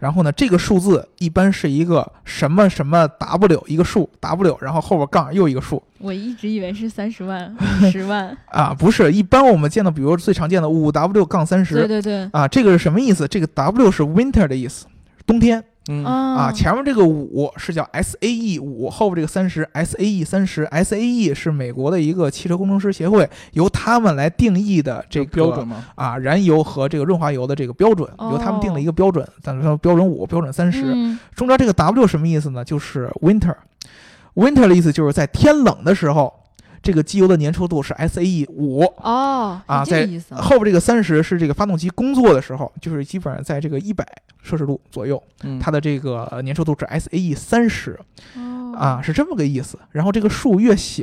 B: 然后呢，这个数字一般是一个什么什么 W 一个数 W，然后后边杠又一个数
A: 我一直以为是三十万、 十万，
B: 啊，不是。一般我们见到，比如最常见的五 W 杠三
A: 对
B: 十
A: 对对，
B: 啊，这个是什么意思？这个 W 是 winter 的意思，冬天
C: 嗯，
A: 啊
B: 啊。前面这个五是叫 SAE 五，后边这个三十 SAE 三十，SAE 是美国的一个汽车工程师协会由他们来定义的这
C: 这
B: 个
C: 标准嘛，
B: 啊，燃油和这个润滑油的这个标准，由他们定了一个标准，咱们说标准五、标准三十、
A: 哦嗯
B: 中间这个 W 什么意思呢？就是 winter。winter 的意思就是在天冷的时候，这个机油的粘稠度是 SAE 五、
A: 哦
B: 啊
A: 是这
B: 在
A: 个意思啊，
B: 后边这个三十是这个发动机工作的时候，就是基本上在这个一百摄氏度左右，
C: 嗯
B: 它的这个呃粘稠度是 SAE 三十啊
A: 哦
B: 啊，，是这么个意思。然后这个数越小，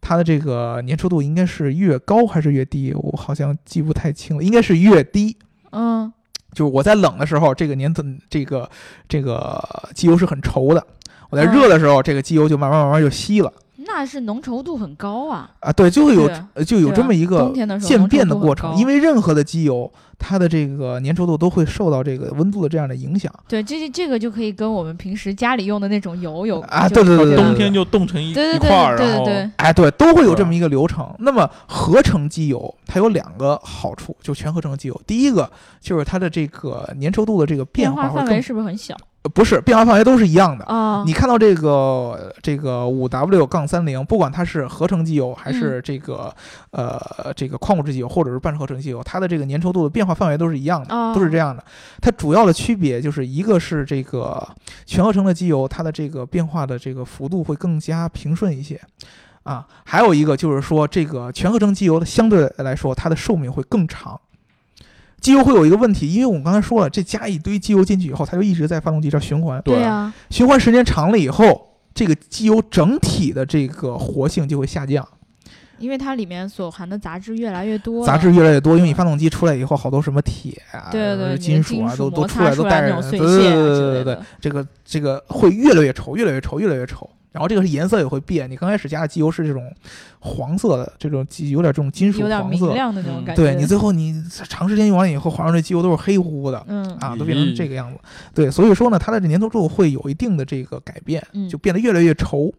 B: 它的这个粘稠度应该是越高还是越低？我好像记不太清了，应该是越低。
A: 嗯
B: 就是我在冷的时候，这个粘度这个这个机油是很稠的；
A: 嗯
B: 我在热的时候，这个机油就慢慢慢慢就稀了
A: 那是浓稠度很高啊。
B: 啊。对，就会有
A: 对
B: 呃就有
A: 对
B: 这么一个
A: 冬天的时候
B: 渐变
A: 浓稠
B: 的
A: 度很
B: 过程，
A: 高
B: 因为任何的机油，它的这个粘稠度都会受到这个温度的这样的影响。
A: 对，这这个就可以跟我们平时家里用的那种油有
B: 啊
A: 就
B: 对对
A: 有
B: 对
A: 关
C: 冬天就冻成一
A: 对对
C: 一
A: 对
C: 块儿，然
A: 对对
C: 后
A: 对，
B: 哎，对，都会有这么一个流程。那么合成机油它有两个好处，就全合成机油，第一个就是它的这个粘稠度的这个变
A: 变
B: 化
A: 化
B: 会更
A: 范围是不是很小
B: 呃不是变化范围都是一样的。
A: 啊？
B: 你看到这个这个五 W 杠三零，不管它是合成机油还是这个、呃这个矿物质机油或者是半合成机油，它的这个粘稠度的变化范围都是一样的，
A: 哦
B: 都是这样的。它主要的区别就是一个是这个全合成的机油，它的这个变化的这个幅度会更加平顺一些。啊，还有一个就是说，这个全合成机油的相对来说，它的寿命会更长。机油会有一个问题，因为我们刚才说了，这加一堆机油进去以后，它就一直在发动机这儿循环。
A: 对
C: 对
A: 啊，
B: 循环时间长了以后，这个机油整体的这个活性就会下降，
A: 因为它里面所含的杂质越来越多了，
B: 杂质越来越多。因为你发动机出来以后，好多什么铁啊、
A: 对对对
B: 金
A: 属
B: 属啊，都都
A: 摩
B: 出
A: 擦
B: 来，都带
A: 来那
B: 着
A: 种碎
B: 对
A: 屑
B: 对
A: 啊
B: 对
A: 之
B: 对
A: 类
B: 对对
A: 的，，
B: 这个这个会越来越稠，越来越稠，越来越稠。然后这个是颜色也会变，你刚开始加的机油是这种黄色的，这种机有点这种金属
A: 有点
B: 黄
A: 明
B: 色，嗯
A: 亮的那种感觉。
B: 对你最后你长时间用完以后，换上这机油都是黑乎乎的，
A: 嗯
B: 啊，
C: 嗯
B: 都变成这个样子。对，所以说呢，它的这粘稠度会有一定的这个改变，
A: 嗯
B: 就变得越来越稠。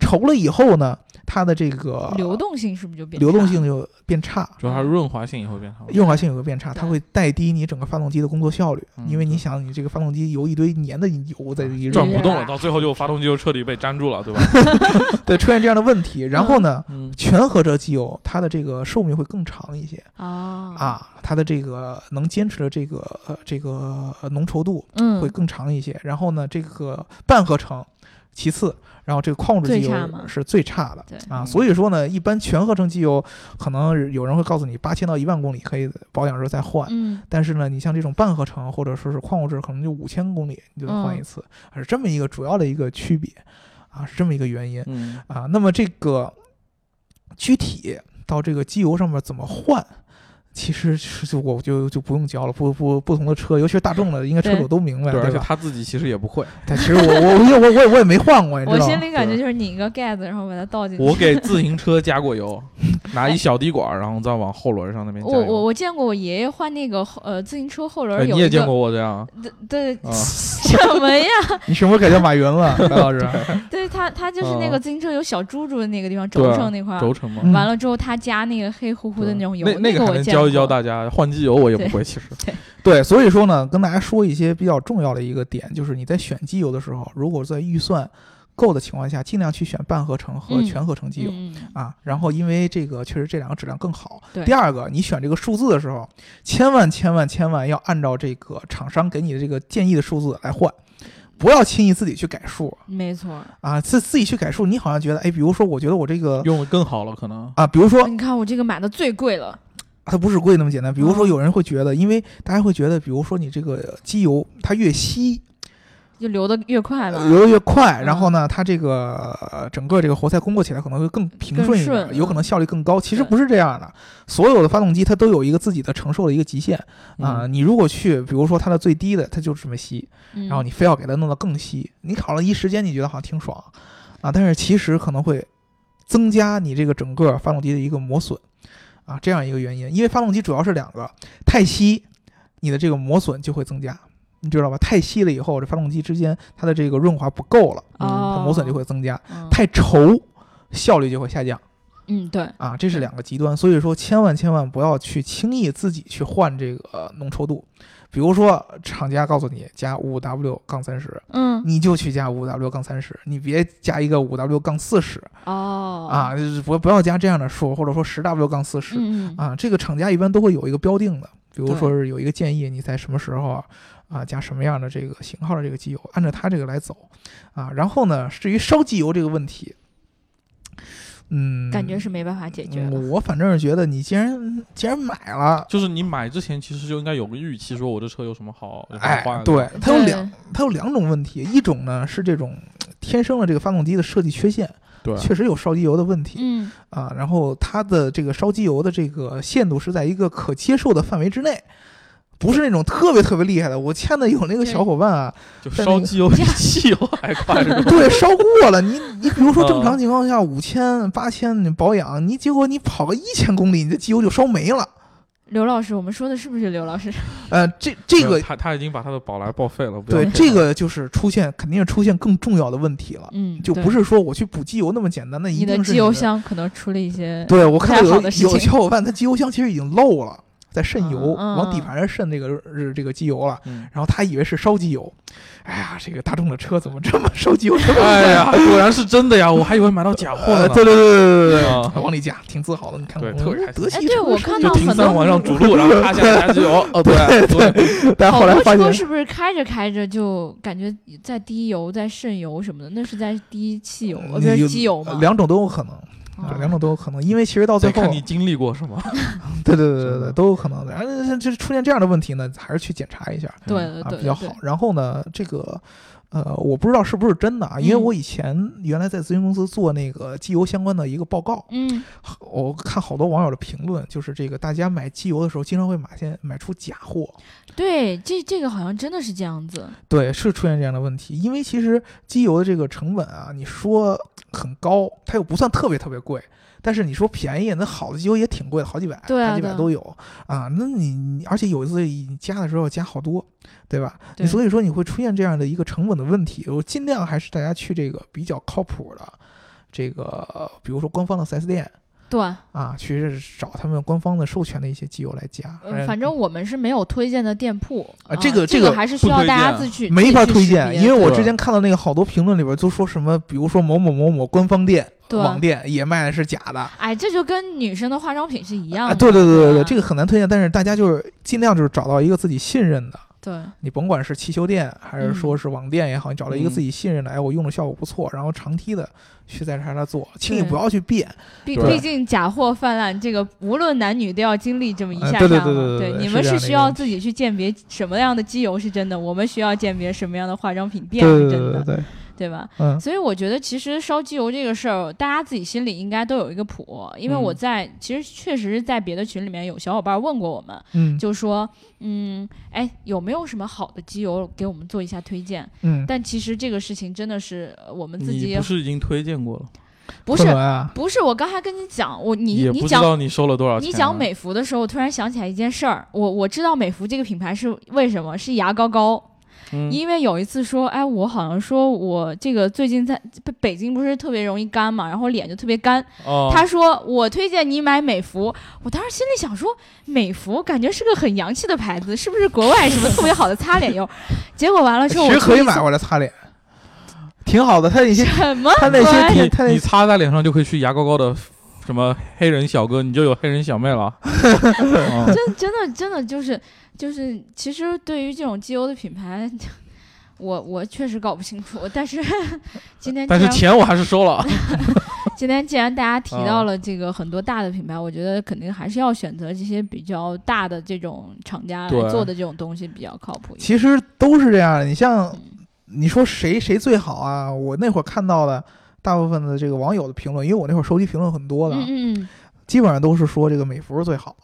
B: 稠了以后呢，它的这个
A: 流动性是不是就变
B: 流动
A: 差
B: 性就变差，
C: 主要它润滑性也会变好。
B: 润滑性也会变差，它
A: 对
B: 会带低你整个发动机的工作效率。
C: 嗯
B: 因为你
C: 对
B: 想，你这个发动机油一堆粘的油在一
C: 转
B: 转
C: 不
B: 不
C: 动了，
A: 啊对
C: 到最后就发动机就彻底被粘住了，对吧？
B: 动，对，出现这样的问题。然后呢，
C: 嗯，
B: 全合成机油它的这个寿命会更长一些
A: 啊
B: 啊，它的这个能坚持的这个呃这个浓稠度
A: 嗯
B: 会更长一些。然后呢，这个半合成其次，然后这个矿物质
A: 最
B: 机
A: 差嘛
B: 油是最差的
A: 对
B: 啊。
C: 嗯
B: 所以说呢，一般全合成机油可能有人会告诉你八千到一万公里可以保养时候再换。
A: 嗯
B: 但是呢，你像这种半合成或者说是矿物质，可能就五千公里你就能换
A: 嗯
B: 一次，是这么一个主要的一个区别啊，是这么一个原因
C: 嗯，
B: 啊。那么这个具体到这个机油上面怎么换，其实是就我就就不用教了，不不不同的车，尤其是大众的，应该车
A: 对
B: 主都明白，
C: 对，而且
B: 吧？
C: 他自己其实也不会，
B: 但其实我我我我我也我也没换过，你
A: 我
B: 知道
A: 心
B: 吗？
A: 里感觉
C: 对
A: 就是拧一个盖子，然后把它倒进去。
C: 我给自行车加过油， 拿一小滴管儿，然后再往后轮上那边加
A: 我我
C: 油。
A: 我见过我爷爷换那个后呃自行车后轮
C: 哎，
A: 儿有
C: 你
A: 一
C: 也
A: 个
C: 见过我这样 啊？
A: 对对
C: 啊
A: 什么呀？
B: 你什么时候改叫马云了， 白老师？
A: 对他他就是那
B: 啊
A: 个自行车有小珠珠的那个地方轴
C: 对啊
A: 承那块儿，
C: 轴承吗？
B: 嗯
A: 完了之后他加那个黑乎乎的那种油，
C: 那那
A: 个
C: 个还
A: 我
C: 能
A: 见
C: 教一教
A: 过
C: 大家换机油，我也不 会，其实
B: 对，所以说呢，跟大家说一些比较重要的一个点，就是你在选机油的时候，如果在预算够的情况下，尽量去选半合成和
A: 嗯
B: 全合成机油。
A: 嗯嗯
B: 啊，然后因为这个确实这两个质量更好
A: 对。
B: 第二个，你选这个数字的时候，千万千万千万要按照这个厂商给你的这个建议的数字来换，不要轻易自己去改数
A: 没错儿。
B: 啊！自自己去改数，你好像觉得，哎，比如说，我觉得我这个
C: 用的更好了，可能。
B: 啊，比如说
A: 你看我这个买的最贵了，
B: 它不是贵那么简单。比如说，
A: 嗯
B: 有人会觉得，因为大家会觉得，比如说你这个机油它越稀，
A: 就流的越快了。
B: 流得越快，
A: 嗯
B: 然后呢，它这个呃整个这个活塞工作起来可能会更平顺一
A: 更
B: 点，
A: 顺
B: 有可能效率更高。其实
A: 对
B: 不是这样的，所有的发动机它都有一个自己的承受的一个极限啊。
C: 嗯
B: 你如果去，比如说它的最低的，它就是这么稀，
A: 然
B: 然后你非要给它弄得更稀，你考了一时间，你觉得好像挺爽啊，但是其实可能会增加你这个整个发动机的一个磨损啊，这样一个原因。因为发动机主要是两个，太稀，你的这个磨损就会增加，你知道吧？太稀了以后，这发动机之间它的这个润滑不够了，它
C: 嗯
A: 哦，
B: 磨损就会增加；
A: 嗯
B: 太稠，效率就会下降
A: 嗯对
B: 啊。这是两个极端，所以说千万千万不要去轻易自己去换这个浓稠度。比如说，厂家告诉你加五 W 杠三十，
A: 嗯
B: 你就去加五 W 杠三十，你别加一个五 W 杠四十
A: 哦
B: 啊，就是不不要加这样的数，或者说十 W 杠四十
A: 嗯嗯
B: 啊，这个厂家一般都会有一个标定的，比如
A: 对
B: 说是有一个建议，你在什么时候啊啊加什么样的这个型号的这个机油，按照它这个来走啊。然后呢，至于烧机油这个问题，嗯，
A: 感觉是没办法解决了。
B: 嗯我反正是觉得你既然既然买了。
C: 就是你买之前其实就应该有个预期，说我这车有什么好有什么
B: 哎
C: 坏，的。
B: 对，它有
A: 对
B: 两，它有两种问题，一种呢是这种天生的这个发动机的设计缺陷，
C: 对，
B: 确实有烧机油的问题
A: 嗯
B: 啊。然后它的这个烧机油的这个限度是在一个可接受的范围之内，不是那种特别特别厉害的。我见的有那个小伙伴啊，
C: 就
B: 在那
C: 烧
B: 个
C: 机油比汽油还 快是吧？
B: 对，烧过了，你你比如说
C: 嗯
B: 正常情况下五千八千你保养，你结果你跑个一千公里，你的机油就烧没了。
A: 刘老师，我们说的是不是刘老师？
B: 呃，这这
C: 没
B: 个
C: 有他他已经把他的宝来报废了，不要
B: 对
C: 说
B: 这
C: 了
B: 个就是出现肯定是出现更重要的问题了，
A: 嗯，
B: 就
A: 对
B: 不是说我去补机油那么简单，那一
A: 你的
B: 定是
A: 机油
B: 的
A: 箱可能出了一些，
B: 对我看
A: 太
B: 到
A: 好
B: 有
A: 的事
B: 有
A: 情
B: 小伙伴，他机油箱其实已经漏了，在渗油，
A: 嗯嗯
B: 往
A: 嗯
B: 底盘上渗这个是这个机油了。
C: 嗯
B: 然后他以为是烧机油，哎呀，这个大众的车怎么这么烧机油？这么
C: 哎 呀，果然是真的呀！我还以为买到假货了
B: 呃
C: 呢。
B: 对对对对对对
C: 啊
B: 对，往里加，挺自豪的。你看，
C: 对
B: 我
C: 特别
B: 们
C: 开心
B: 德
A: 哎，
B: 系
A: 对
B: 车
A: 我
B: 是
A: 看
C: 就
A: 到
C: 停
A: 很
C: 三
A: 多
C: 环上主 路，然后他下加机油。哦，对对，
B: 但后来
A: 好
B: 发
A: 多车
B: 现，
A: 是不是开着开着就感觉在滴油、在渗油什么的？那是在滴汽油，呃，不
B: 嗯你
A: 是机油吗？
B: 两种都有可能，
A: 啊
B: 对两种都有可能，因为其实到最
C: 得
B: 后
C: 看，你经历过什么。
B: 对对对对
C: 什
B: 对，
C: 么
B: 都有可能的。然后呃这这出现这样的问题呢，还是去检查一下。
A: 对
C: 嗯
A: 对
B: 啊
A: 呃对，
B: 比较
A: 对
B: 好。然后呢，这个呃，我不知道是不是真的啊，因为
A: 嗯
B: 我以前原来在咨询公司做那个机油相关的一个报告，
A: 嗯
B: 我看好多网友的评论，就是这个大家买机油的时候，经常会买些买出假货，，
A: 对，这这个好像真的是这样子。
B: 对，是出现这样的问题。因为其实机油的这个成本啊，你说很高，它又不算特别特别贵。但是你说便宜，那好的机油也挺贵的，好几百、
A: 对啊
B: 好几
A: 对
B: 百
A: 啊
B: 都有啊。那你你而且有一次你加的时候加好多，对吧？
A: 对，
B: 所以说你会出现这样的一个成本的问题。我尽量还是大家去这个比较靠谱的，这个呃比如说官方的 4S 店
A: 对，
B: 啊，去找他们官方的授权的一些机油来加。
A: 呃反正我们是没有推荐的店铺
B: 哎啊这个
A: 这
B: 这个
A: 还是需
C: 不
A: 要
C: 推
A: 大家
C: 荐
A: 自去
B: 啊没
A: 自
B: 法
A: 去
B: 推
A: 识
B: 荐，
A: 别
B: 因为我
C: 对
B: 之前看到那个好多评论里边都说什么，比如说某某某某官方店、
A: 对
B: 网店也卖的是假的。
A: 哎，这就跟女生的化妆品是一样
B: 啊，
A: 的。
B: 对对对对对，
A: 吧
B: 这个很难推荐，但是大家就是尽量就是找到一个自己信任的，
A: 对
B: 你甭管是汽修店还是
A: 嗯
B: 说是网店也好，你找到一个
C: 嗯
B: 自己信任的，哎，我用的效果不错，然后长期的去在它那做，轻易
A: 对
B: 不要去变，
A: 毕
C: 对
A: 毕竟假货泛滥，这个无论男女都要经历这么一
B: 呃
A: 下下嘛。
B: 对对对对对对
A: 你
B: 是
A: 们
B: 这样
A: 是
B: 的
A: 需
B: 一个
A: 要
B: 问
A: 自己去鉴别什么样的机油是真的，我们需要鉴别什么样的化妆品
B: 对
A: 店是
B: 对
A: 真
B: 对对
A: 的，
B: 对，
A: 对吧？
B: 嗯
A: 所以我觉得，其实烧机油这个事儿，大家自己心里应该都有一个谱。因为我
C: 嗯
A: 在、其实确实是在别的群里面有小伙伴问过我们，
B: 嗯
A: 就说，嗯，哎，有没有什么好的机油给我们做一下推荐？
B: 嗯，
A: 但其实这个事情真的是呃我们自己
C: 你
A: 也
C: 不是已经推荐过了？
A: 不
B: 昆
A: 是
B: 仑啊，
A: 不是，我刚才跟你讲，我你
C: 也
A: 你
C: 不知
A: 讲
C: 道你收了多少钱啊。
A: 你讲美孚的时候，我突然想起来一件事儿，我我知道美孚这个品牌是为什么是牙膏膏，
C: 嗯，
A: 因为有一次说，哎，我好像说我这个最近在北北京不是特别容易干嘛，然后脸就特别干。
C: 哦
A: 他说我推荐你买美孚，我当时心里想说，美孚感觉是个很洋气的牌子，是不是国外什么特别好的擦脸 油？结果完了之后，我
B: 其实可以
A: 注意
B: 买回来擦脸，挺好的。它那些
A: 什么
B: 它那
A: 关
B: 些
A: 系
B: 挺
C: 你
B: 它那
C: 你擦在脸上就可以去牙膏膏的什么黑人小哥，你就有黑人小妹 了。嗯
A: 真真的真的就是就是，其实对于这种机油的品牌， 我我确实搞不清楚。但是 今天
C: 但
A: 既
C: 是
A: 然
C: 钱我还是 收了。
A: 今天既然大家提
B: 哦
A: 到了这个很多大的品牌，我觉得肯定还是要选择这些比较大的这种厂家来
C: 对
A: 做的这种东西比较靠谱一点。
B: 其实都是这样的。你像你说谁谁最好啊？我那会儿看到的大部分的这个网友的评论，因为我那会儿收集评论很多的，
A: 嗯嗯
B: 基本上都是说这个美孚是最好。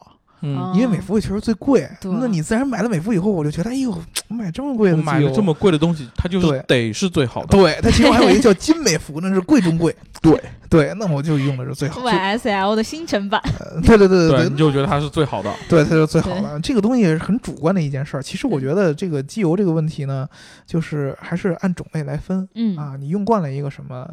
A: 嗯，
C: 嗯，
A: 哦
B: 因为美孚确实最贵，
A: 对
B: 那你自然买了美孚以后，我就觉得，哎呦，我买这么贵
C: 我
B: 的
C: 买
B: 机
C: 了
B: 油
C: 这么贵的东西，它就
B: 对
C: 是得是最好的。
B: 对，它其实还有 一个叫金美孚，那是贵中贵。对对，那我就用的是最好的。
A: ，YSL 的新辰版，
B: 呃对对对
C: 对，
B: 对
C: 你就觉得它是最好的。
B: 对，它是最好的。这个东西是很主观的一件事儿。其实我觉得这个机油这个问题呢，就是还是按种类来分
A: 嗯，
B: 啊。你用惯了一个什么，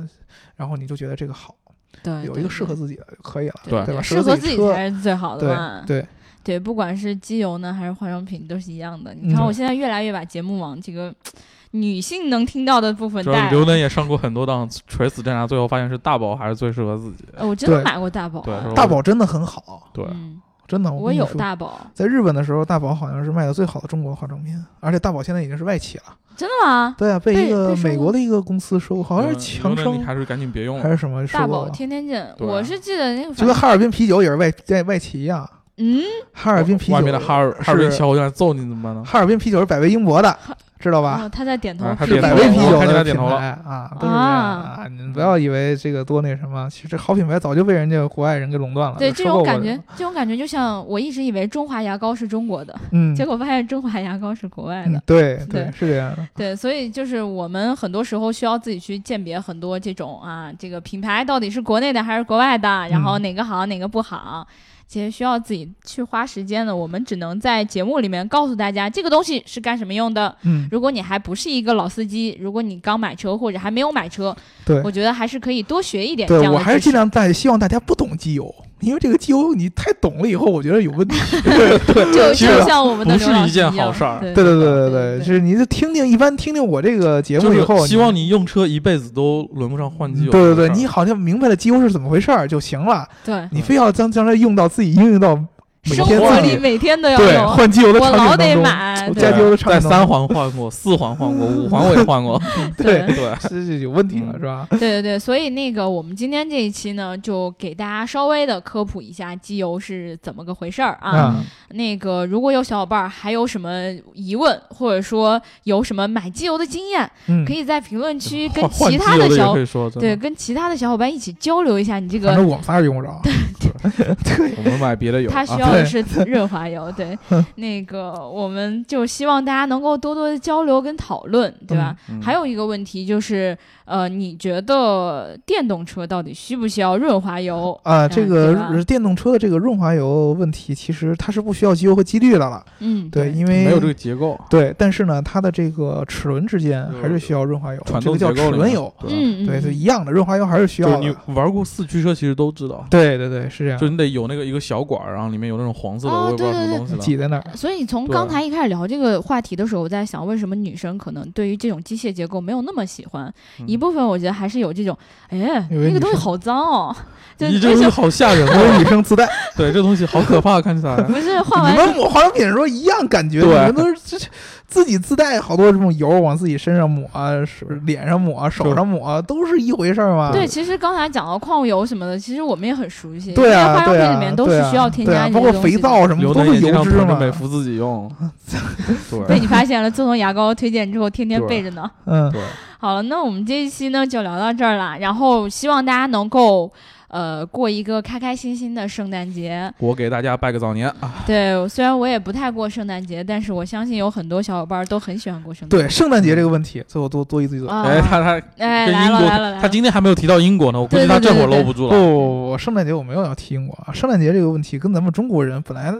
B: 然后你就觉得这个好，
A: 对，嗯
B: 有
A: 对
B: 一个适合自己的就可以了。
A: 对
B: 对吧
A: 适
B: 适
A: 合
B: 合
A: 自
B: 自
A: 己
B: 己
A: 才是最好的嘛。
B: 对对，
A: 对，不管是机油呢，还是化妆品，都是一样的。你
B: 嗯
A: 看，
B: 对
A: 我现在越来越把节目往这个女性能听到的部分
C: 主要
A: 带。
C: 刘能也上过很多档垂死挣扎，最后发现是大宝还是最适合自己。
A: 呃我真的
B: 对
A: 买过大宝啊，
C: 对
B: 大宝真的很好，
C: 对，
A: 嗯，
B: 真的。
A: 我
B: 哦跟你
A: 有
B: 说，
A: 大宝，
B: 在日本的时候，大宝好像是卖的最好的中国化妆品，而且大宝现在已经是外企了。
A: 真的吗？
B: 对啊，被
A: 被
B: 一
A: 被
B: 个
A: 收
B: 美
A: 购
B: 国的一个公司收购，好像是
C: 嗯
B: 哦强
C: 刘能
B: 生
C: 你还是赶紧别用
B: 还
C: 了。
B: 是什么
A: 大
B: 收购
A: 宝
B: 了，
A: 天天见，
C: 对啊
A: 我是记得那个
B: 就
A: 反
B: 跟哈尔滨啤酒也是外外外企一样，
A: 嗯，
B: 哈尔滨啤酒
C: 外面的哈尔哈尔滨小伙伴揍你怎么办呢？
B: 哈尔滨啤酒是百威英博的，知道吧？
A: 哦，他在点头
C: 啊，他
A: 是
B: 是
C: 点
A: 吧
B: 百威
C: 头了
B: 啤
C: 我
B: 酒
C: 看见他
B: 的
C: 点
B: 品
C: 头了
B: 牌啊，都是这样啊！你们不要以为这个多那什么，其实好品牌早就被人家国外人给垄
C: 啊
B: 断了。
A: 对
B: 都
A: 这
B: 收购
A: 种
B: 过
A: 感
B: 的
A: 觉，，这种感觉就像我一直以为中华牙膏是中国的，
B: 嗯，
A: 结果发现中华牙膏是国外的。
B: 嗯对
A: 对
B: 对是这样的，
A: 对，所以就是我们很多时候需要自己去鉴别很多这种啊，这个品牌到底是国内的还是国外的，然后
B: 嗯
A: 哪个好哪个不好，其实需要自己去花时间的。我们只能在节目里面告诉大家这个东西是干什么用的。
B: 嗯，
A: 如果你还不是一个老司机，如果你刚买车或者还没有买车，
B: 对
A: 我觉得还是可以多学一点这
B: 对
A: 样
B: 我
A: 的
B: 还是
A: 知
B: 尽
A: 识。
B: 量带，希望大家不懂机油，因为这个机油你太懂了以后，我觉得有问题。
A: 就
C: 其
A: 就
C: 实
A: 像我们的
C: 不
A: 刘
C: 是
A: 老
C: 一
A: 师
C: 件
A: 样
C: 好事儿
A: 对
B: 对对对
A: 对对
B: 对
A: 对
B: 对，就是你就听听，一般听听我这个节目以
C: 就
B: 后，嗯
C: 是希望你用车一辈子都轮不上换机油。
B: 对对对，你好像明白了机油是怎么回事儿就行了，
A: 对，
B: 你非要将将来用到自己应用到
A: 嗯
B: 每
A: 生
B: 天
A: 活
B: 自
A: 里
B: 己
A: 每天都要
B: 对
A: 用，
B: 换机油的
A: 我
B: 场景
A: 老
B: 当
A: 得
B: 中，
A: 买。
B: 我
A: 对
B: 加
C: 对啊
B: 机油的
C: 在
B: 长
C: 三环换过，四环换过，五环我也 换过。
B: 对
A: 对
C: 对，
B: 是是有问题了
C: 嗯
B: 是吧？
A: 对对对，所以那个我们今天这一期呢，就给大家稍微的科普一下机油是怎么个回事儿啊。
B: 啊
A: 那个如果有小伙伴儿还有什么疑问，或者说有什么买机油的经验，
B: 嗯
A: 可，以在评论区跟
C: 换换
A: 其他
C: 机油的
A: 小
C: 也可以说，真
A: 对
C: 的
A: 跟其他的小伙伴一起交流一下你这
B: 反
A: 个。
B: 正我们仨是用不着。对，
C: 我们买别的油
A: 他
C: 啊，
A: 需要的
B: 对
A: 是润滑油，对，那个我们就希望大家能够多多的交流跟讨论，对吧？
C: 嗯
A: 还有一个问题就是，呃，你觉得电动车到底需不需要润滑油？
B: 啊，
A: 嗯
B: 这
A: 对吧
B: 个电动车的这个润滑油问题，其实它是不需要机油和机滤的了。
A: 嗯，
B: 对，因为
C: 没有这个结构，
B: 对，但是呢，它的这个齿轮之间
C: 就是
B: 还是需要润滑油，
C: 传
B: 这
C: 动
B: 个
C: 结
B: 叫
C: 构
B: 齿
C: 里
B: 轮
C: 面
B: 油。
C: 对
A: 嗯，嗯
B: 对，对，一样的，润滑油还是需
C: 就是
B: 要
C: 你
B: 的。
C: 玩过四驱车，其实都知道，
B: 对对对，是这样
C: 就。是你得有那个一个小管儿，然后里面有那种黄色的，
A: 哦
C: 我也不知道
A: 对
C: 什么
A: 对
C: 东西
B: 挤
C: 了。
B: 在 那儿。
A: 所以从
C: 对
A: 刚才一开始聊这个话题的时候，我在想，为什么女生可能对于这种机械结构没有那么喜欢？
C: 嗯
A: 一部分我觉得还是有这种，哎，
B: 有位
A: 那个
B: 女
A: 东西
B: 生
A: 好脏 哦，就
C: 你
A: 是
C: 这
A: 为
C: 东
A: 什
C: 西
A: 么
C: 好吓人
B: 因为
C: 哦！
B: 女生自带，
C: 对，这东西好可怕，看 起来。
A: 不是换
B: 你
A: 完
B: 们抹化妆品的时候一样感觉，你
C: 对
B: 们都是这这自己自带好多这种油往自己身上抹、啊手脸上抹、啊手上抹，都是一回事儿嘛。
A: 对，其实刚才讲到矿物油什么的，其实我们也很熟悉，
B: 对
A: 因为
B: 啊，
A: 化妆
B: 对
A: 品里
B: 啊，
A: 面都
B: 对
A: 是
B: 啊
A: 需要添
B: 对
A: 加
B: 啊
A: 一些
B: 包括
A: 东西
B: 肥
A: 的。
B: 皂什么
C: 刘
B: 都
C: 能
B: 是
C: 也经
B: 油
C: 常
B: 脂
C: 囤着
B: 嘛。
C: 美孚自己 用，
A: 被
C: 对
A: 你发现了，自从牙膏推荐之后，天天
C: 对
A: 备着呢。
B: 嗯，
C: 对，
A: 好了，那我们这一期呢就聊到这儿了，然后希望大家能够。呃，过一个开开心心的圣诞节。
C: 我给大家拜个早年啊！
A: 对，虽然我也不太过圣诞节，但是我相信有很多小伙伴都很喜欢过圣诞节。
B: 对，圣诞节这个
C: 嗯
B: 问题，最后多多一嘴嘴。
A: 啊，
C: 哎，他他
A: 哎
C: 跟
A: 来
C: 英
A: 了
C: 国
A: 来了来，了
C: 他今天还没有提到英国呢，我估计
A: 对
C: 他
A: 对
C: 这会儿
A: 对对
C: 搂不住
B: 不
C: 了。
B: 不不，圣诞节我没有要听过啊。圣诞节这个问题跟咱们中国人本来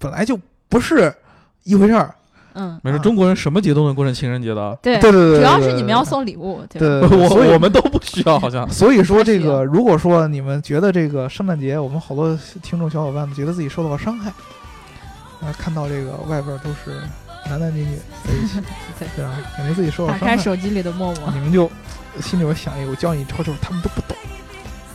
B: 本来就不是一回事儿。
A: 嗯，
C: 没事，中国人什么节都能过成情人节 的，啊
A: 对
B: 对对对，
A: 主要
B: 对
A: 是你们要。送礼物，对吧
B: 对对对对，所
C: 我我
B: 以
C: 们都不需要，好像。
B: 所以说这
A: 还是有，
B: 个，如果说你们觉得这个圣诞节，我们好多听众小伙伴们觉得自己受到了伤害，啊，看到这个外边都是男男女女在一起
A: 对
B: 对吧？感觉自己受到
A: 打
B: 伤害
A: 开，手机里的陌陌，
B: 你们就心里边想一个，我教你抄就是他们都不懂。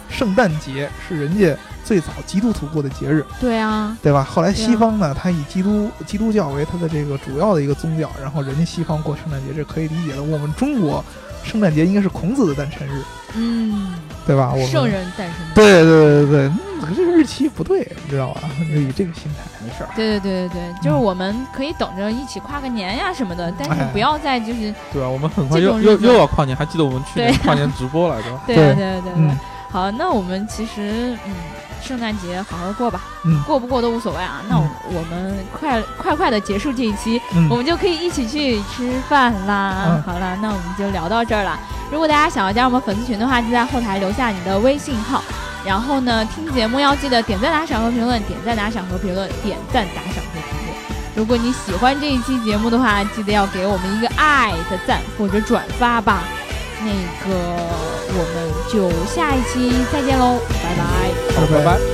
B: 圣诞节是人家最早基督徒过的节日，
A: 对啊，
B: 对吧？后来
A: 对啊
B: 西方呢，它以基督基督教为它的这个主要的一个宗教，然后人家西方过圣诞节是可以理解的。我们中国圣诞节应该是孔子的诞辰日，
A: 嗯，
B: 对吧？我们
A: 圣人诞生，
B: 对对对对，嗯，可是日期不对，你知道吧？就以这个心态，没事儿。
A: 对对对对
B: 嗯
A: 对，就是我们可以等着一起跨个年呀什么的，但是
B: 哎
A: 不要再就是
C: 对啊，我们很快
A: 这
C: 又
A: 种日
C: 又
A: 子
C: 又要跨年，还记得我们去年
A: 对啊
C: 跨年直播来着？
A: 对
B: 对
A: 啊对啊对啊对
B: 嗯
A: 啊。好，那我们其实嗯，圣诞节好好过吧。
B: 嗯
A: 过不过都无所谓啊。那我我们快、快快的结束这一期，我
B: 嗯，
A: 们就可以一起去吃饭啦。
B: 嗯
A: 好了，那我们就聊到这儿了。如果大家想要加入我们粉丝群的话，就在后台留下你的微信号。然后呢，听节目要记得点赞、打赏和评论，点赞、打赏和评论，点赞、打赏和评论。如果你喜欢这一期节目的话，记得要给我们一个爱的赞或者转发吧。那个，我们就下一期再见喽，拜拜。
C: 好，拜拜。